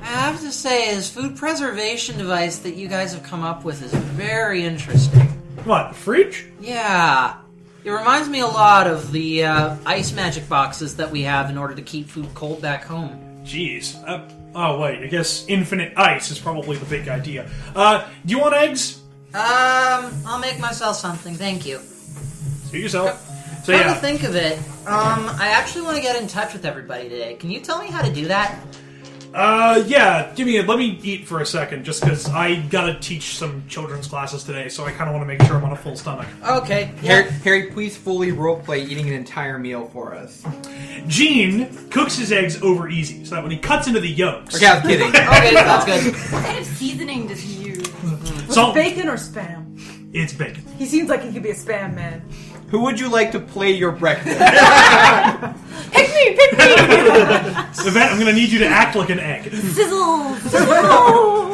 Speaker 6: I have to say, this food preservation device that you guys have come up with is very interesting.
Speaker 3: What the fridge?
Speaker 6: Yeah, it reminds me a lot of the uh, ice magic boxes that we have in order to keep food cold back home.
Speaker 3: Jeez. Uh, oh wait, I guess infinite ice is probably the big idea. Uh, do you want eggs?
Speaker 6: Um, I'll make myself something. Thank you.
Speaker 3: Do yourself. So
Speaker 6: Come to
Speaker 3: yeah,
Speaker 6: think of it, um, I actually want to get in touch with everybody today. Can you tell me how to do that?
Speaker 3: uh, yeah. Give me. A, let me eat for a second, just because I gotta teach some children's classes today, so I kind of want to make sure I'm on a full stomach.
Speaker 6: Okay.
Speaker 2: Harry, Harry, please fully roleplay eating an entire meal for us.
Speaker 3: Gene cooks his eggs over easy, so that when he cuts into the yolks,
Speaker 2: Okay, I was kidding.
Speaker 6: Okay, that's good.
Speaker 5: What kind of seasoning does he use?
Speaker 3: salt,
Speaker 4: Bacon or spam?
Speaker 3: it's bacon.
Speaker 4: He seems like he could be a spam man.
Speaker 2: Who would you like to play your breakfast?
Speaker 5: Pick me, pick me!
Speaker 3: Yvette, I'm gonna need you to act like an egg.
Speaker 5: Sizzle!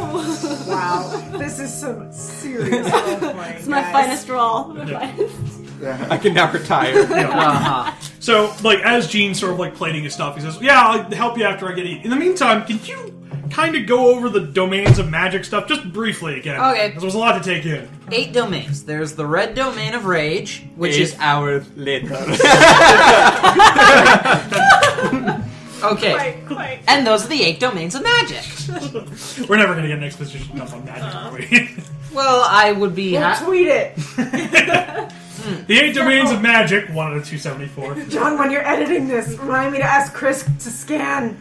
Speaker 4: Wow, this is some serious role playing.
Speaker 5: It's my finest roll.
Speaker 2: I can now retire.
Speaker 6: Uh-huh.
Speaker 3: So, like, as Gene's sort of like plating his stuff, he says, "Yeah, I'll help you after I get eat." In the meantime, could you kind of go over the domains of magic stuff just briefly again?
Speaker 6: Okay.
Speaker 3: 'Cause there was a lot to take in.
Speaker 6: eight domains. There's the red domain of rage, which is
Speaker 2: hours later.
Speaker 6: okay.
Speaker 4: Quite, quite.
Speaker 6: And those are the eight domains of magic.
Speaker 3: We're never going to get an exposition dump on magic, are we?
Speaker 6: Well, I would be.
Speaker 4: We'll
Speaker 6: Ha-
Speaker 4: tweet it.
Speaker 3: the eight domains of magic, one out of 274.
Speaker 4: John, when you're editing this, remind me to ask Chris to scan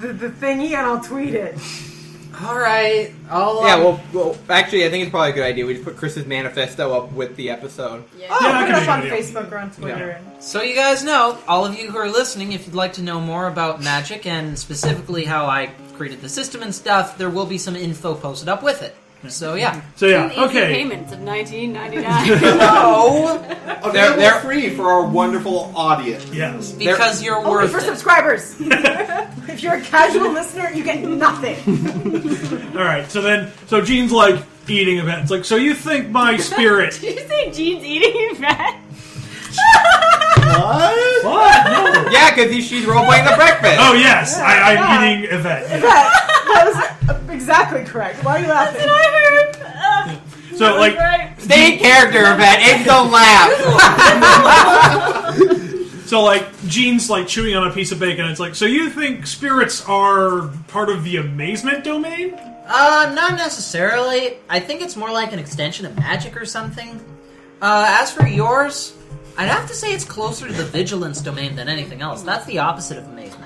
Speaker 4: the, the thingy and I'll tweet it.
Speaker 6: All right. I'll,
Speaker 2: yeah,
Speaker 6: um,
Speaker 2: well, well, actually, I think it's probably a good idea. We just put Chris's manifesto up with the episode.
Speaker 4: Oh,
Speaker 3: Yeah,
Speaker 4: put
Speaker 3: that
Speaker 4: it up
Speaker 3: could
Speaker 4: on
Speaker 3: be a good
Speaker 4: Facebook or on Twitter. And
Speaker 6: So you guys know, all of you who are listening, if you'd like to know more about magic and specifically how I created the system and stuff, there will be some info posted up with it. So yeah.
Speaker 3: So yeah,
Speaker 5: Easy
Speaker 3: okay.
Speaker 5: Payments of 1999.
Speaker 6: No,
Speaker 1: Available
Speaker 2: they're-
Speaker 1: free for our wonderful audience.
Speaker 3: Yes.
Speaker 6: because you're
Speaker 4: Only
Speaker 6: worth
Speaker 4: for
Speaker 6: it.
Speaker 4: subscribers. if you're a casual listener, you get nothing.
Speaker 3: All right. So then, so Gene's like eating events. Like, so you think my spirit?
Speaker 5: Did you say Gene's eating fat?
Speaker 1: What?
Speaker 3: what? No.
Speaker 2: Yeah, because she's role playing the breakfast.
Speaker 3: Oh yes, I, I'm eating event. yeah.
Speaker 4: that, that was uh, exactly correct. Why are you laughing?
Speaker 3: So like,
Speaker 2: Stay in character, Yvette. It's the laugh.
Speaker 3: so like, Gene's like chewing on a piece of bacon. It's like, so you think spirits are part of the amazement domain?
Speaker 6: Uh, not necessarily. I think it's more like an extension of magic or something. Uh, as for yours, I'd have to say it's closer to the vigilance domain than anything else. That's the opposite of amazement.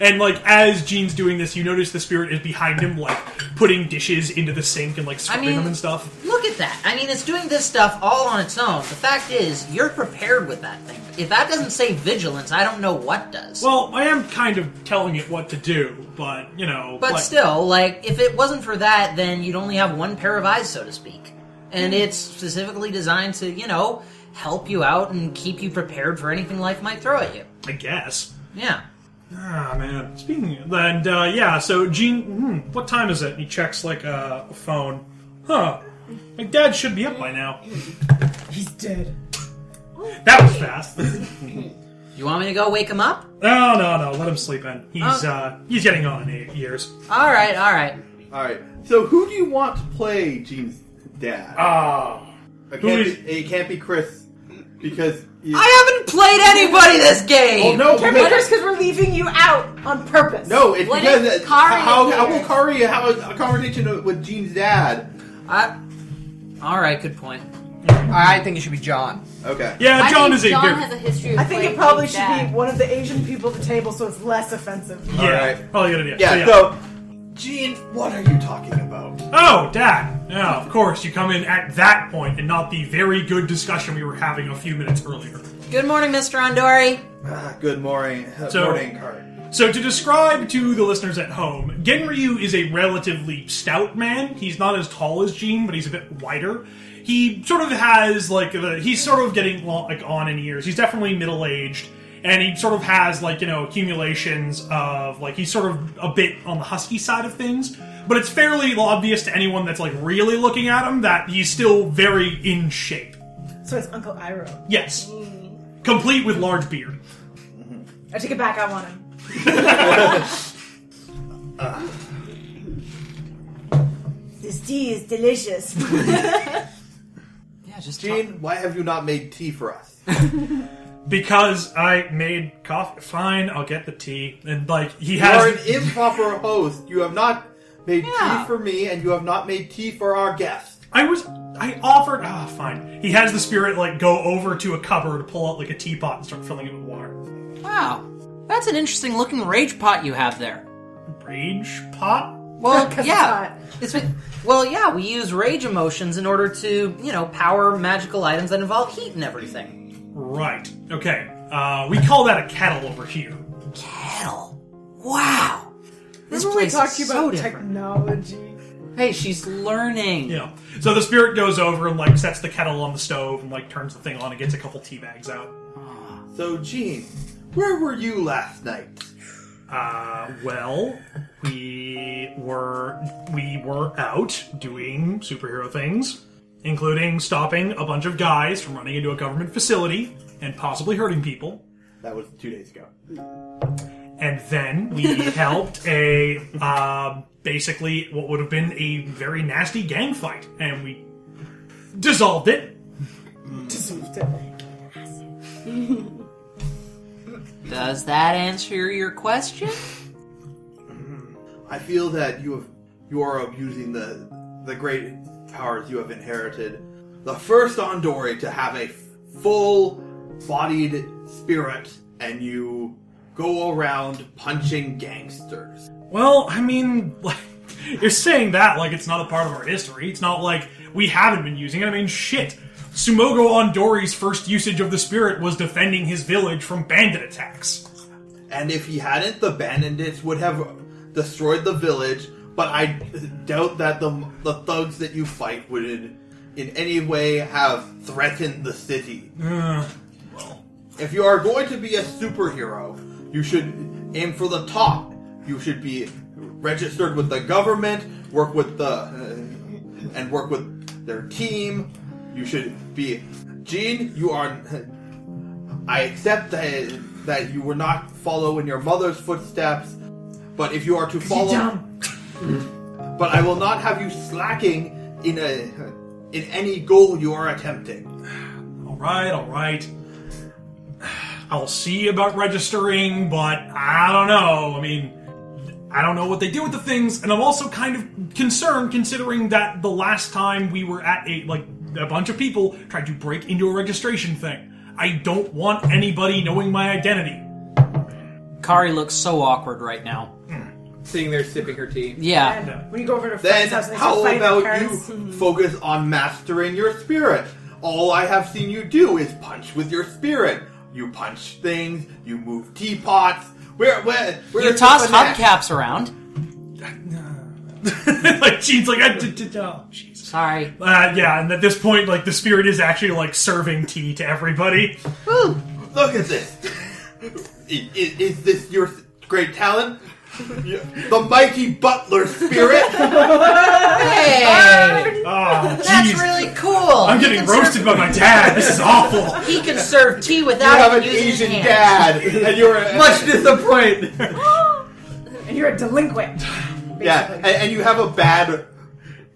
Speaker 3: And like, as Gene's doing this, you notice the spirit is behind him, like putting dishes into the sink and like scrubbing
Speaker 6: mean-
Speaker 3: them and stuff.
Speaker 6: Look at that. I mean, it's doing this stuff all on its own. The fact is, you're prepared with that thing. If that doesn't say vigilance, I don't know what does.
Speaker 3: Well, I am kind of telling it what to do, but you know,
Speaker 6: but
Speaker 3: like,
Speaker 6: still, like, if it wasn't for that, then you'd only have one pair of eyes, so to speak. And it's specifically designed to, you know, help you out and keep you prepared for anything life might throw at you.
Speaker 3: I guess.
Speaker 6: Yeah.
Speaker 3: Ah man. Speaking of, and uh, yeah, so Gene, hmm, what time is it? And he checks like uh, a phone. Huh. My dad should be up by now.
Speaker 4: He's dead.
Speaker 3: That was fast. no,
Speaker 6: You want me to go wake him up?
Speaker 3: no, no. Let him sleep in. He's
Speaker 6: Oh.
Speaker 3: uh, he's getting on in eight years.
Speaker 6: All right, all right.
Speaker 1: All right. So who do you want to play Gene's dad?
Speaker 3: Oh.
Speaker 1: it,
Speaker 3: who
Speaker 1: can't
Speaker 3: is-
Speaker 1: be, it can't be Chris because you,
Speaker 6: I haven't played anybody this
Speaker 1: Well,
Speaker 6: game.
Speaker 1: no,
Speaker 4: Can't be
Speaker 1: because-
Speaker 4: Chris because we're leaving you out on purpose.
Speaker 1: no, it's
Speaker 5: What
Speaker 1: because
Speaker 5: if
Speaker 1: uh,
Speaker 5: Kari
Speaker 1: how,
Speaker 5: is
Speaker 1: how
Speaker 5: here?
Speaker 1: will Kari have a, a conversation with Gene's dad?
Speaker 6: I... All right, good point.
Speaker 2: I think it should be John.
Speaker 1: Okay.
Speaker 3: Yeah,
Speaker 5: I
Speaker 3: John
Speaker 5: think
Speaker 3: is a
Speaker 5: John
Speaker 3: very-
Speaker 5: has a history. Of
Speaker 4: I think
Speaker 5: playing
Speaker 4: it probably
Speaker 5: with
Speaker 4: should
Speaker 5: that.
Speaker 4: be one of the Asian people at the table so it's less offensive.
Speaker 3: yeah.
Speaker 1: Alright.
Speaker 3: Probably a good idea. So,
Speaker 1: Yeah. So, Gene, what are you talking about?
Speaker 3: Oh, Dad! Yeah, of course, you come in at that point and not the very good discussion we were having a few minutes earlier.
Speaker 6: Good morning, Mr. Andori.
Speaker 1: Ah, good morning.
Speaker 3: So-
Speaker 1: morning, Kari.
Speaker 3: So, to describe to the listeners at home, Genryu is a relatively stout man. He's not as tall as Gene, but he's a bit wider. He sort of has like the, he's sort of getting lo- like on in years. He's definitely middle aged, and he sort of has like you know accumulations of like he's sort of a bit on the husky side of things. But it's fairly obvious to anyone that's like really looking at him that he's still very in shape.
Speaker 4: So it's Uncle Iroh.
Speaker 3: Yes. Complete with large beard.
Speaker 4: I take it back, I want him. this tea is delicious.
Speaker 6: Yeah, just
Speaker 1: Gene, why have you not made tea for us?
Speaker 3: Because I made coffee. Fine, I'll get the tea. And like he
Speaker 1: You are an
Speaker 3: has,
Speaker 1: improper host. You have not made
Speaker 6: Yeah.
Speaker 1: tea for me, and you have not made tea for our guest.
Speaker 3: I was, I offered. Ah, fine. He has the spirit like go over to a cupboard, pull out like a teapot, and start filling it with water.
Speaker 6: Wow, that's an interesting looking rage pot you have there.
Speaker 3: Rage pot.
Speaker 6: Well,
Speaker 4: 'Cause it's
Speaker 6: yeah, it's been, well, yeah. We use rage emotions in order to, you know, power magical items that involve heat and everything.
Speaker 3: Right. Okay. Uh, we call that a kettle over here.
Speaker 6: Kettle. Wow. This
Speaker 4: When we
Speaker 6: place
Speaker 4: talked
Speaker 6: is
Speaker 4: to you
Speaker 6: so
Speaker 4: about
Speaker 6: different.
Speaker 4: technology.
Speaker 6: hey, she's learning.
Speaker 3: Yeah. So the spirit goes over and like sets the kettle on the stove and like turns the thing on and gets a couple tea bags out.
Speaker 1: So, Gene, where were you last night?
Speaker 3: Uh, well, we were we were out doing superhero things, including stopping a bunch of guys from running into a government facility and possibly hurting people.
Speaker 1: That was two days ago.
Speaker 3: And then we helped a uh, basically what would have been a very nasty gang fight, and we dissolved it.
Speaker 4: Dissolved it.
Speaker 6: Does that answer your question?
Speaker 1: I feel that you have you are abusing the the great powers you have inherited. The first Andori to have a full bodied spirit, and you go around punching gangsters.
Speaker 3: Well, I mean, like, you're saying that like it's not a part of our history. It's not like we haven't been using it. I mean, shit. Sumogo Ondori's first usage of the spirit was defending his village from bandit attacks.
Speaker 1: And if he hadn't, the bandits would have destroyed the village. But I doubt that the the thugs that you fight would, in, in any way, have threatened the city. If you are going to be a superhero, you should aim for the top. You should be registered with the government, work with the, uh, and work with their team. You should be, Gene. You are. I accept that that you will not follow in your mother's footsteps, but if you are to follow, but I will not have you slacking in a in any goal you are attempting.
Speaker 3: All right, all right. I'll see about registering, but I don't know. I mean, I don't know what they do with the things, and I'm also kind of concerned considering that the last time we were at a like a bunch of people tried to break into a registration thing. I don't want anybody knowing my identity.
Speaker 6: Kari looks so awkward right now.
Speaker 2: Sitting there sipping her tea.
Speaker 6: Yeah.
Speaker 4: And when you go over to a
Speaker 1: Then
Speaker 4: friend's house, and they
Speaker 1: how
Speaker 4: start fighting their
Speaker 1: about
Speaker 4: parents.
Speaker 1: you focus on mastering your spirit? All I have seen you do is punch with your spirit. You punch things. You move teapots. Where where where
Speaker 6: You toss hubcaps around.
Speaker 3: like Gene's like, I d- d- d- oh, jeez.
Speaker 6: Sorry.
Speaker 3: Uh, yeah, and at this point, like the spirit is actually like serving tea to everybody.
Speaker 1: Look at this. I- i- Is, this your great talent? You- The mighty butler spirit.
Speaker 6: Hey!
Speaker 3: Oh,
Speaker 6: That's
Speaker 3: jeez.
Speaker 6: really cool!
Speaker 3: I'm
Speaker 6: He
Speaker 3: getting
Speaker 6: can serve-
Speaker 3: roasted by my dad. This is awful.
Speaker 6: He can serve tea
Speaker 1: You have
Speaker 6: without
Speaker 1: an
Speaker 6: even using his
Speaker 1: Asian
Speaker 6: hands.
Speaker 1: dad, and you're a,
Speaker 8: Much disappointed.
Speaker 4: and you're a delinquent.
Speaker 1: yeah, and, and you have a bad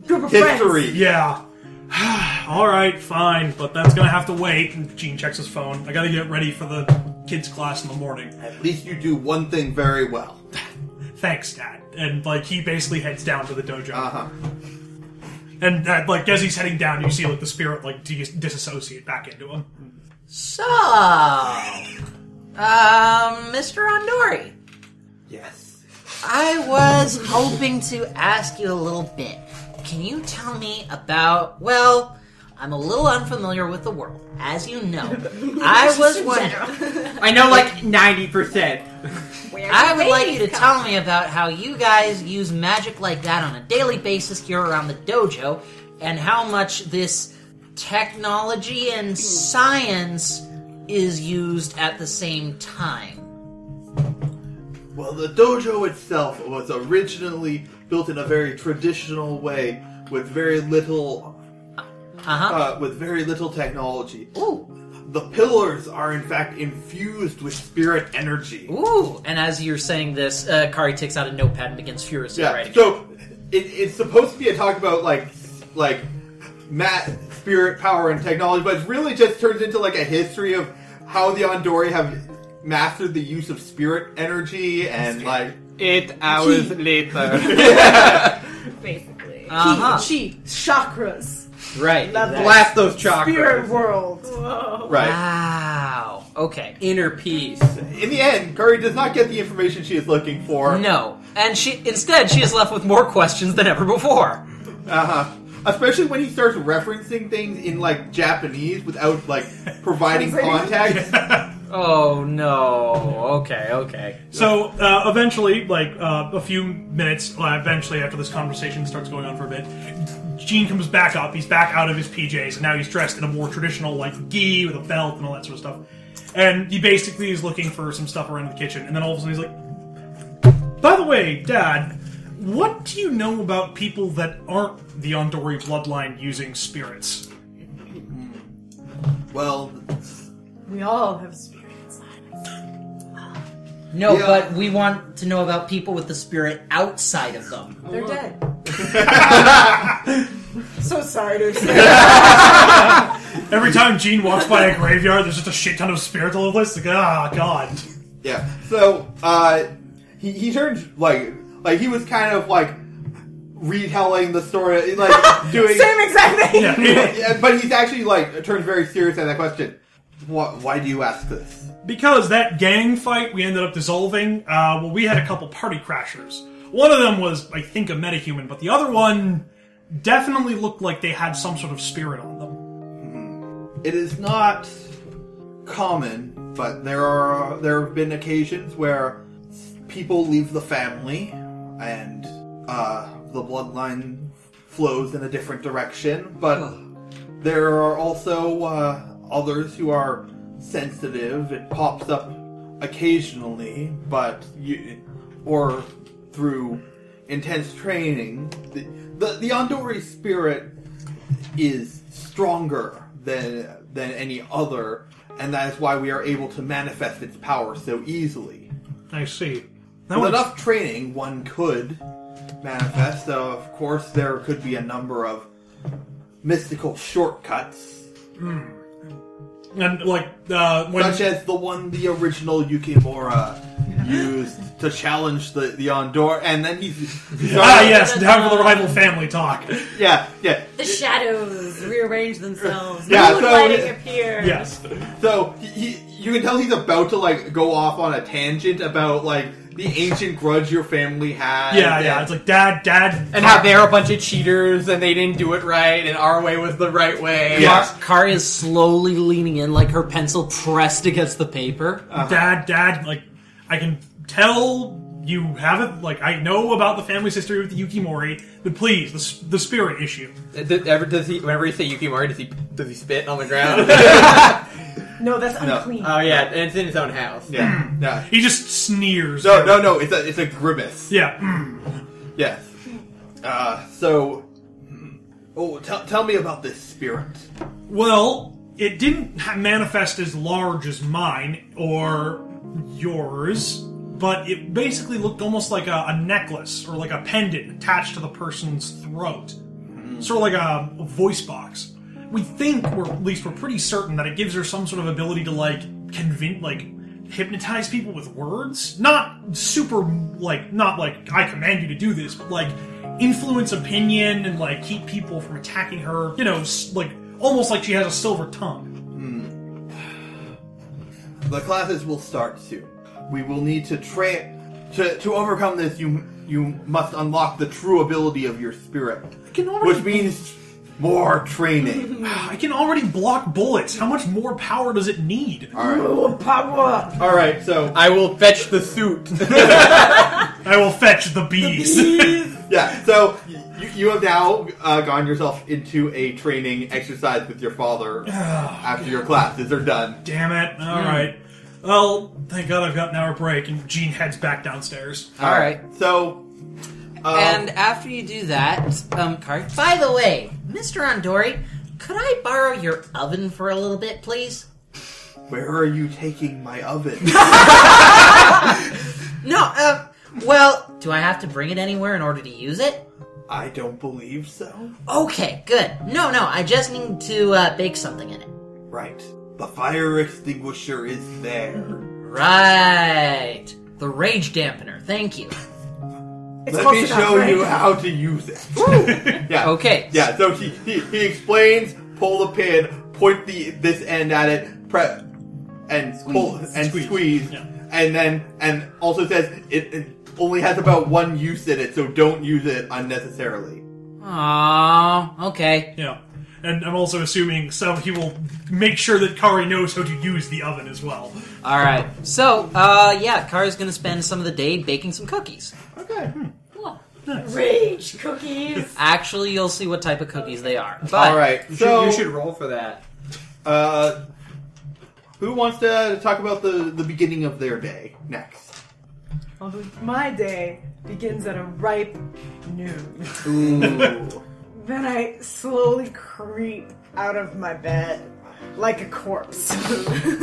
Speaker 4: Group of
Speaker 1: history.
Speaker 3: Yeah. All right, fine, but that's gonna have to wait. And Gene checks his phone. I gotta get ready for the kids' class in the morning.
Speaker 1: At least you do one thing very well.
Speaker 3: Thanks, Dad. And like he basically heads down to the dojo.
Speaker 1: Uh huh.
Speaker 3: And uh, like as he's heading down, you see like the spirit like dis- disassociate back into him.
Speaker 6: So, um, Mr. Ondori,
Speaker 1: Yes.
Speaker 6: I was hoping to ask you a little bit. Can you tell me about, well, I'm a little unfamiliar with the world, as you know. I was wondering.
Speaker 2: I know like ninety percent.
Speaker 6: I would like you to tell me about how you guys use magic like that on a daily basis here around the dojo, and how much this technology and science is used at the same time.
Speaker 1: Well, the dojo itself was originally built in a very traditional way, with very little,
Speaker 6: Uh huh.
Speaker 1: uh, with very little technology.
Speaker 6: Ooh.
Speaker 1: The pillars are in fact infused with spirit energy.
Speaker 6: Ooh! And as you're saying this, uh, Kari takes out a notepad and begins furiously
Speaker 1: Yeah.
Speaker 6: writing.
Speaker 1: So it, it's supposed to be a talk about like like mat spirit power and technology, but it really just turns into like a history of how the Andori have mastered the use of spirit energy and like
Speaker 2: Eight hours later.
Speaker 7: basically.
Speaker 6: Uh huh.
Speaker 4: Chi, chi, chakras,
Speaker 6: Right.
Speaker 2: Blast those
Speaker 4: spirit
Speaker 2: chakras.
Speaker 4: world.
Speaker 1: right.
Speaker 6: Wow. Okay.
Speaker 2: Inner peace.
Speaker 1: In the end, Curry does not get the information she is looking for.
Speaker 6: No. And she instead she is left with more questions than ever before.
Speaker 1: Uh-huh. Especially when he starts referencing things in like Japanese without like providing context.
Speaker 6: Oh no. Okay. Okay.
Speaker 3: So uh, eventually, like uh, a few minutes, uh, eventually after this conversation starts going on for a bit, Gene comes back up. He's back out of his PJs, and now he's dressed in a more traditional like gi with a belt and all that sort of stuff. And he basically is looking for some stuff around the kitchen, and then all of a sudden he's like, "By the way, Dad." What do you know about people that aren't the Ondori bloodline using spirits?
Speaker 1: Well,
Speaker 4: We all have spirits.
Speaker 6: No,
Speaker 1: Yeah.
Speaker 6: but we want to know about people with the spirit outside of them.
Speaker 4: They're dead. So sorry to say.
Speaker 3: Every time Gene walks by a graveyard, there's just a shit ton of spirits all over the place. Like, ah, God.
Speaker 1: Yeah. So uh, he he turned like like he was kind of like retelling the story, like doing.
Speaker 4: Same exact thing.
Speaker 1: Yeah, but he's actually like turns very serious at that question. Why, why do you ask this?
Speaker 3: because that gang fight we ended up dissolving uh, well we had a couple party crashers one of them was i think a metahuman but the other one definitely looked like they had some sort of spirit on them
Speaker 1: It is not common, but there are there have been occasions where people leave the family and uh, the bloodline flows in a different direction. But there are also uh, others who are sensitive. It pops up occasionally, but you, or through intense training, the the, the Andori spirit is stronger than than any other, and that is why we are able to manifest its power so easily.
Speaker 3: i see that
Speaker 1: With
Speaker 3: was,
Speaker 1: enough training, one could manifest. Though, of course, there could be a number of mystical shortcuts,
Speaker 3: and like uh, when
Speaker 1: such as the one the original Yukimura used to challenge the the Andor, and then he's
Speaker 3: ah yes time for the rival family talk
Speaker 1: yeah, yeah,
Speaker 5: The shadows rearrange themselves.
Speaker 1: yeah. so-
Speaker 7: Moonlighting appears.
Speaker 3: yes
Speaker 1: So he, he, you can tell he's about to like go off on a tangent about like the ancient grudge your family had.
Speaker 3: yeah yeah it's like dad dad
Speaker 2: And how they're a bunch of cheaters and they didn't do it right and our way was the right way.
Speaker 1: Yeah.
Speaker 6: Kari is slowly leaning in, like her pencil pressed against the paper.
Speaker 3: Uh-huh. dad dad like i can tell you haven't like i know about the family's history with the yukimori but please the, s- the spirit issue
Speaker 2: Does, ever, does he? Whenever you say Yukimori, does he does he spit on the ground?
Speaker 4: No, that's unclean.
Speaker 2: oh yeah, and it's in his own house.
Speaker 1: yeah, yeah.
Speaker 3: he just sneers
Speaker 1: No, no, no. It's a it's a grimace.
Speaker 3: yeah mm.
Speaker 1: Yes. Uh, so, oh, tell tell me about this spirit.
Speaker 3: Well, it didn't ha- manifest as large as mine or yours, but it basically looked almost like a, a necklace or like a pendant attached to the person's throat. Sort of like a, a voice box. We think, or at least we're pretty certain, that it gives her some sort of ability to like convince, like hypnotize people with words. Not super, like not like I command you to do this, but like influence opinion and like keep people from attacking her. You know, s- like almost like she has a silver tongue.
Speaker 1: The classes will start soon. We will need to train to to overcome this. You you must unlock the true ability of your spirit,
Speaker 3: can already-
Speaker 1: which means more training.
Speaker 3: I Ah, can already block bullets. How much more power does it need?
Speaker 4: Power.
Speaker 1: All right, so
Speaker 2: I will fetch the suit.
Speaker 3: I will fetch the bees.
Speaker 1: Yeah, so you, you have now uh, gone yourself into a training exercise with your
Speaker 6: Oh,
Speaker 1: father after your classes are done.
Speaker 3: Damn it! All right. Well, thank God I've got an hour break, and Gene heads back downstairs.
Speaker 6: All right.
Speaker 1: So, um,
Speaker 6: and after you do that, um, Kari. By the way, Mister Andori, could I borrow your oven for a little bit, please?
Speaker 1: where are you taking my oven?
Speaker 6: No. Uh, well, do I have to bring it anywhere in order to use it?
Speaker 1: I don't believe so.
Speaker 6: Okay, good. No, no, I just need to uh, bake something in it.
Speaker 1: Right. The fire extinguisher is there.
Speaker 6: Right. The rage dampener. Thank you.
Speaker 4: It's
Speaker 1: Let
Speaker 4: close
Speaker 1: me
Speaker 4: enough,
Speaker 1: show
Speaker 4: right?
Speaker 1: you how to use it. yeah.
Speaker 6: Okay.
Speaker 1: Yeah, so he, he, he explains, pull the pin, point the this end at it, press and pull and squeeze.
Speaker 3: Squeeze. Yeah.
Speaker 1: And then and also says it, it only has about one use in it, so don't use it unnecessarily.
Speaker 6: Aww. Okay.
Speaker 3: Yeah. And I'm also assuming so he will make sure that Kari knows how to use the oven as well.
Speaker 6: All right. So, uh, yeah, Kara's gonna spend some of the day baking some cookies.
Speaker 1: Okay. Hmm.
Speaker 7: Rage cookies.
Speaker 6: Actually, you'll see what type of cookies they are. But
Speaker 1: All right.
Speaker 2: You should-
Speaker 1: So
Speaker 2: you should roll for that.
Speaker 1: uh who wants to talk about the the beginning of their day next?
Speaker 4: Although my day begins at a ripe noon.
Speaker 1: Ooh.
Speaker 4: Then I slowly creep out of my bed like a corpse.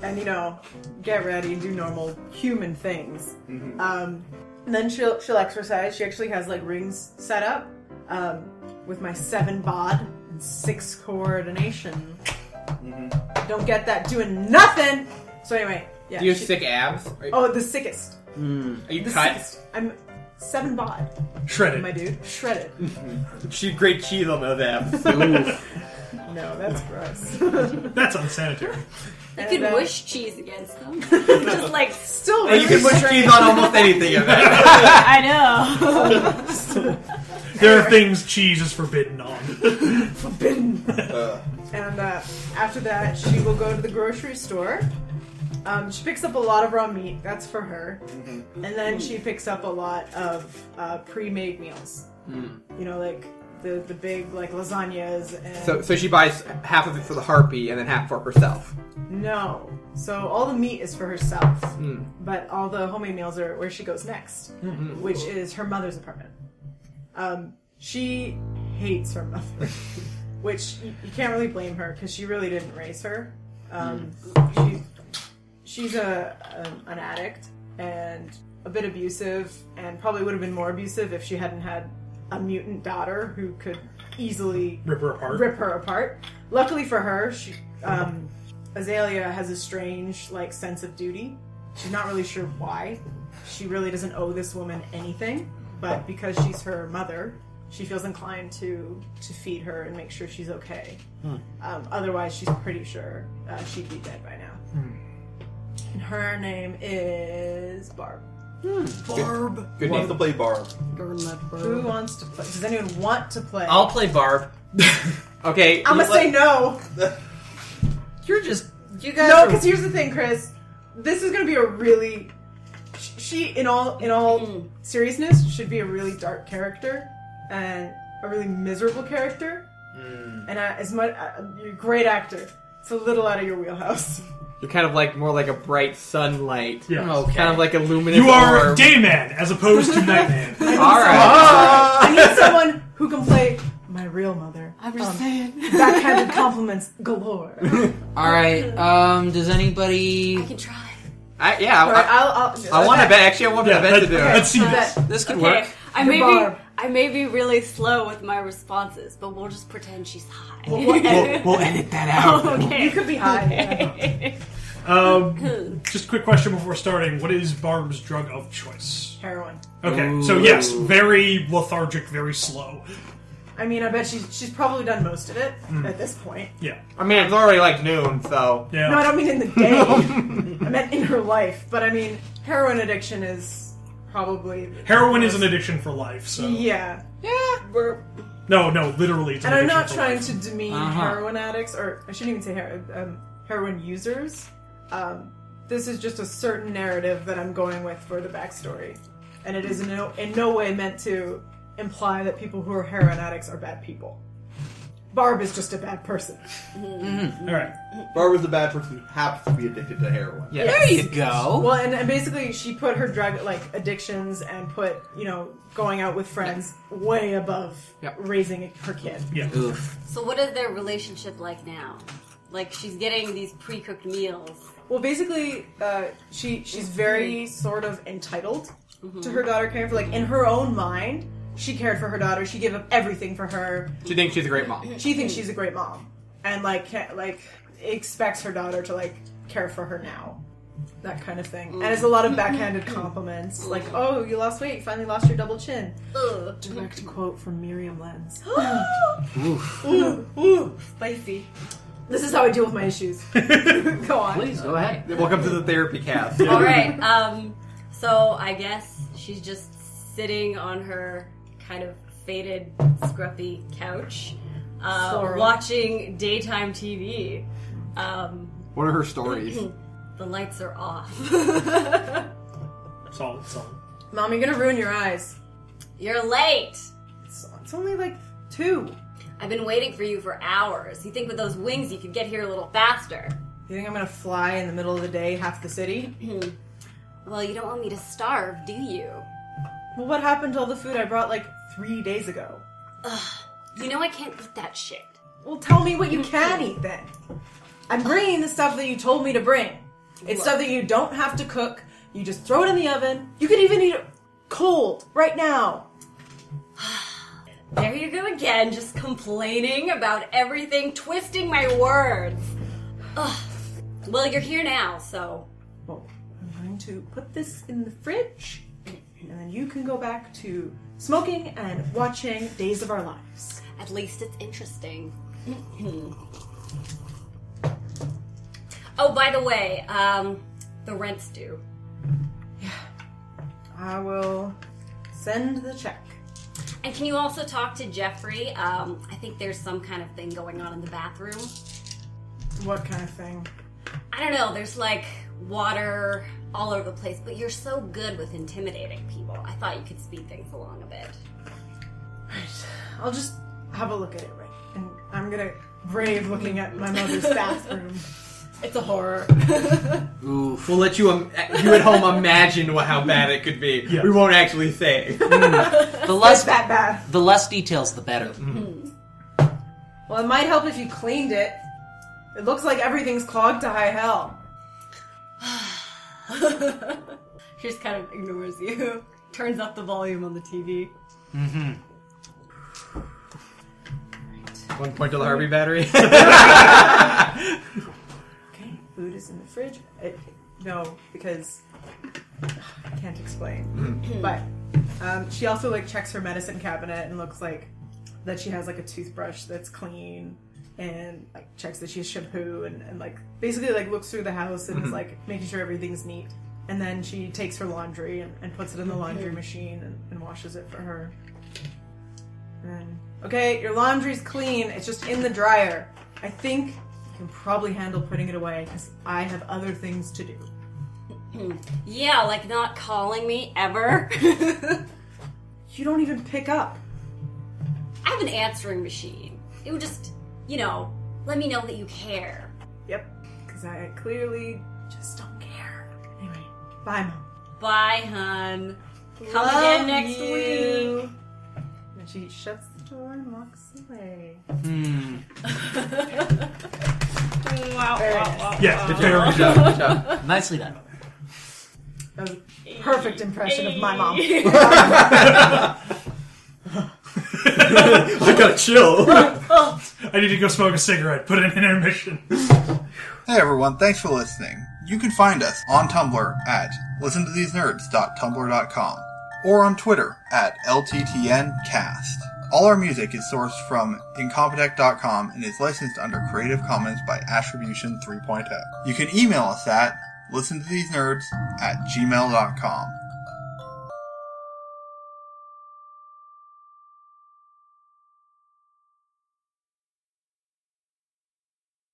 Speaker 4: and you know, get ready, do normal human things. Um, and then she'll she'll exercise. She actually has like rings set up. Um, with my seven bod and six coordination. Don't get that doing nothing. So anyway, yeah.
Speaker 2: Do you have
Speaker 4: she-
Speaker 2: sick abs? Are you,
Speaker 4: Oh, the sickest.
Speaker 2: are you
Speaker 4: The
Speaker 2: cut?
Speaker 4: sickest. I'm seven bod,
Speaker 3: Shredded.
Speaker 4: my dude. Shredded.
Speaker 2: She great cheese on those abs.
Speaker 4: No, that's gross.
Speaker 3: That's unsanitary.
Speaker 5: You could
Speaker 4: uh,
Speaker 5: wish cheese against them. Just like,
Speaker 4: Still
Speaker 2: you can
Speaker 4: really
Speaker 2: put cheese on almost anything of that.
Speaker 5: I know.
Speaker 3: There are things cheese is forbidden on.
Speaker 4: forbidden.
Speaker 1: Uh,
Speaker 4: And uh, after that, she will go to the grocery store. Um, she picks up a lot of raw meat. That's for her.
Speaker 2: Mm-hmm.
Speaker 4: And then she picks up a lot of uh, pre-made meals.
Speaker 2: Hmm.
Speaker 4: You know, like the the big like lasagnas and
Speaker 2: So, so she buys half of it for the harpy and then half for herself.
Speaker 4: no. So all the meat is for herself, but all the homemade meals are where she goes next, which is her mother's apartment. Um, she hates her mother, which you, you can't really blame her because she really didn't raise her. Um, she, she's a, a an addict and a bit abusive, and probably would have been more abusive if she hadn't had a mutant daughter who could easily
Speaker 3: Rip her apart.
Speaker 4: rip her apart. Luckily for her, she, um, Azalea has a strange like sense of duty. She's not really sure why. She really doesn't owe this woman anything, but because she's her mother, she feels inclined to to feed her and make sure she's okay.
Speaker 6: Hmm.
Speaker 4: Um, otherwise, she's pretty sure uh, she'd be dead by now.
Speaker 6: Hmm.
Speaker 4: And her name is Barb.
Speaker 1: Barb. Good
Speaker 2: Good
Speaker 1: wants to
Speaker 2: name.
Speaker 1: play Barb.
Speaker 4: Who wants to play? Does anyone want to play?
Speaker 6: I'll play Barb.
Speaker 2: Okay.
Speaker 4: I'm gonna say no.
Speaker 6: You're just you guys.
Speaker 4: No,
Speaker 6: are-
Speaker 4: because here's the thing, Chris. This is going to be a really sh- she in all in all seriousness should be a really dark character and a really miserable character.
Speaker 2: Mm.
Speaker 4: And I, as much uh, you're a great actor, it's a little out of your wheelhouse.
Speaker 2: You're kind of like more like a bright sunlight.
Speaker 3: Yeah.
Speaker 6: Okay.
Speaker 2: Kind of like a luminous.
Speaker 3: You are
Speaker 2: orb.
Speaker 3: day man as opposed to night man.
Speaker 2: All right.
Speaker 4: I need someone who can play my real mother. Um,
Speaker 8: I'm just saying.
Speaker 4: Backhanded compliments galore. All right,
Speaker 6: All right. Um. Does anybody?
Speaker 5: I can try.
Speaker 2: I, yeah. I,
Speaker 4: I'll, I'll,
Speaker 2: I want to bet. Actually, I want
Speaker 3: Yeah,
Speaker 2: to bet
Speaker 3: let,
Speaker 2: to do
Speaker 3: let's
Speaker 2: it.
Speaker 3: see this.
Speaker 6: This could
Speaker 5: Okay,
Speaker 6: work.
Speaker 5: I may
Speaker 4: Barb.
Speaker 5: be I may be really slow with my responses, but we'll just pretend she's high.
Speaker 8: We'll, we'll edit that out.
Speaker 5: okay.
Speaker 4: You could be high.
Speaker 3: Um, just a quick question before starting. What is Barb's drug of choice?
Speaker 4: Heroin.
Speaker 3: Okay, so yes, very lethargic, very slow.
Speaker 4: I mean, I bet she's she's probably done most of it
Speaker 2: Mm.
Speaker 4: at this point.
Speaker 3: Yeah.
Speaker 2: I mean, it's already like noon, so
Speaker 3: Yeah.
Speaker 4: No, I don't mean in the day. I meant in her life. But I mean, heroin addiction is probably
Speaker 3: Heroin is an addiction for life, so
Speaker 4: yeah.
Speaker 3: no, no, literally. It's an
Speaker 4: And I'm
Speaker 3: addiction
Speaker 4: not
Speaker 3: for
Speaker 4: trying
Speaker 3: life.
Speaker 4: to demean
Speaker 6: Uh-huh.
Speaker 4: heroin addicts, or I shouldn't even say hero, um, heroin users. Um, this is just a certain narrative that I'm going with for the backstory, and it is in no, in no way meant to imply that people who are heroin addicts are bad people. Barb is just a bad person.
Speaker 3: All right.
Speaker 1: Barb is a bad person who happens to be addicted to heroin.
Speaker 2: yeah.
Speaker 6: There you go.
Speaker 4: Well, and, and basically, she put her drug like addictions and put you know going out with friends way above
Speaker 2: Yep.
Speaker 4: raising her kid.
Speaker 3: Yeah.
Speaker 6: Oof.
Speaker 5: So what is their relationship like now? Like she's getting these pre-cooked meals.
Speaker 4: Well, basically, uh, she she's very sort of entitled to her daughter caring for like in her own mind. She cared for her daughter. She gave up everything for her.
Speaker 2: She thinks she's a great mom.
Speaker 4: She thinks she's a great mom, and like can, like expects her daughter to like care for her now, that kind of thing. And it's a lot of backhanded compliments, like "Oh, you lost weight. You finally lost your double chin."
Speaker 5: Ugh.
Speaker 4: Direct quote from Miriam Lenz.
Speaker 6: Oof.
Speaker 4: Ooh, ooh.
Speaker 5: Spicy.
Speaker 4: This is how I deal with my issues. Go on.
Speaker 6: Please go ahead.
Speaker 2: Welcome to the therapy cast.
Speaker 5: All right. Um. So I guess she's just sitting on her kind of faded, scruffy couch, uh,
Speaker 4: Floral.
Speaker 5: watching daytime TV. Um,
Speaker 2: What are her stories?
Speaker 5: the lights are off.
Speaker 3: Solid. Solid.
Speaker 4: Mom, you're gonna ruin your eyes.
Speaker 5: You're late.
Speaker 4: It's, it's only like two.
Speaker 5: I've been waiting for you for hours. You think with those wings you could get here a little faster?
Speaker 4: You think I'm gonna fly in the middle of the day, half the city?
Speaker 5: Well, you don't want me to starve, do you?
Speaker 4: Well, what happened to all the food I brought like three days ago?
Speaker 5: You know I can't eat that shit.
Speaker 4: Well, tell me what you can eat then. I'm bringing the stuff that you told me to bring. It's stuff that you don't have to cook. You just throw it in the oven. You could even eat it cold right now.
Speaker 5: There you go again, just complaining about everything, twisting my words. Ugh. Well, you're here now, so
Speaker 4: Well, I'm going to put this in the fridge, and then you can go back to smoking and watching Days of Our Lives.
Speaker 5: at least it's interesting. oh, by the way, um, the rent's due.
Speaker 4: I will send the check.
Speaker 5: And can you also talk to Jeffrey? Um, I think there's some kind of thing going on in the bathroom.
Speaker 4: What kind of thing?
Speaker 5: I don't know, there's like water all over the place, but you're so good with intimidating people. I thought you could speed things along a bit.
Speaker 4: Right. I'll just have a look at it, right? And I'm gonna brave looking at my mother's bathroom.
Speaker 5: It's a horror.
Speaker 6: Oof.
Speaker 2: We'll let you um, you at home imagine wha- how bad it could be.
Speaker 3: Yeah.
Speaker 2: We won't actually say.
Speaker 6: The less
Speaker 4: That bath.
Speaker 6: the less details, the better.
Speaker 1: Mm.
Speaker 4: Well, it might help if you cleaned it. It looks like everything's clogged to high hell.
Speaker 9: She just kind of ignores you. Turns up the volume on the TV.
Speaker 2: One point to the Harvey battery.
Speaker 4: Okay, food is in the fridge. It, no, because I can't explain. but um, she also like checks her medicine cabinet and looks like that she has like a toothbrush that's clean and like checks that she has shampoo and, and like basically like looks through the house and is like making sure everything's neat. And then she takes her laundry and, and puts it in the laundry machine and, and washes it for her. And then, okay, your laundry's clean. It's just in the dryer. I think you can probably handle putting it away because I have other things to do.
Speaker 5: Hmm. yeah, like not calling me ever.
Speaker 4: You don't even pick up.
Speaker 5: I have an answering machine. It would just, you know, let me know that you care.
Speaker 4: Yep. Because I clearly just don't care. Anyway, bye, mom.
Speaker 5: Bye, hun. Come
Speaker 4: Love
Speaker 5: again next
Speaker 4: you.
Speaker 5: week.
Speaker 4: And she shuts the door and walks away.
Speaker 6: Hmm.
Speaker 5: Wow, wow,
Speaker 4: Uh,
Speaker 5: wow.
Speaker 3: Yes,
Speaker 2: Good
Speaker 3: very
Speaker 2: job, good job, good job.
Speaker 6: Nicely done.
Speaker 4: That was a perfect impression of my mom.
Speaker 2: I got chill.
Speaker 3: I need to go smoke a cigarette. Put an intermission.
Speaker 1: Hey everyone, thanks for listening. You can find us on Tumblr at listentothesenerds.tumblr.com or on Twitter at LTTNcast. All our music is sourced from incompetech.com and is licensed under Creative Commons by oh. Attribution 3.0. You can email us at listentothesenerds at gmail.com.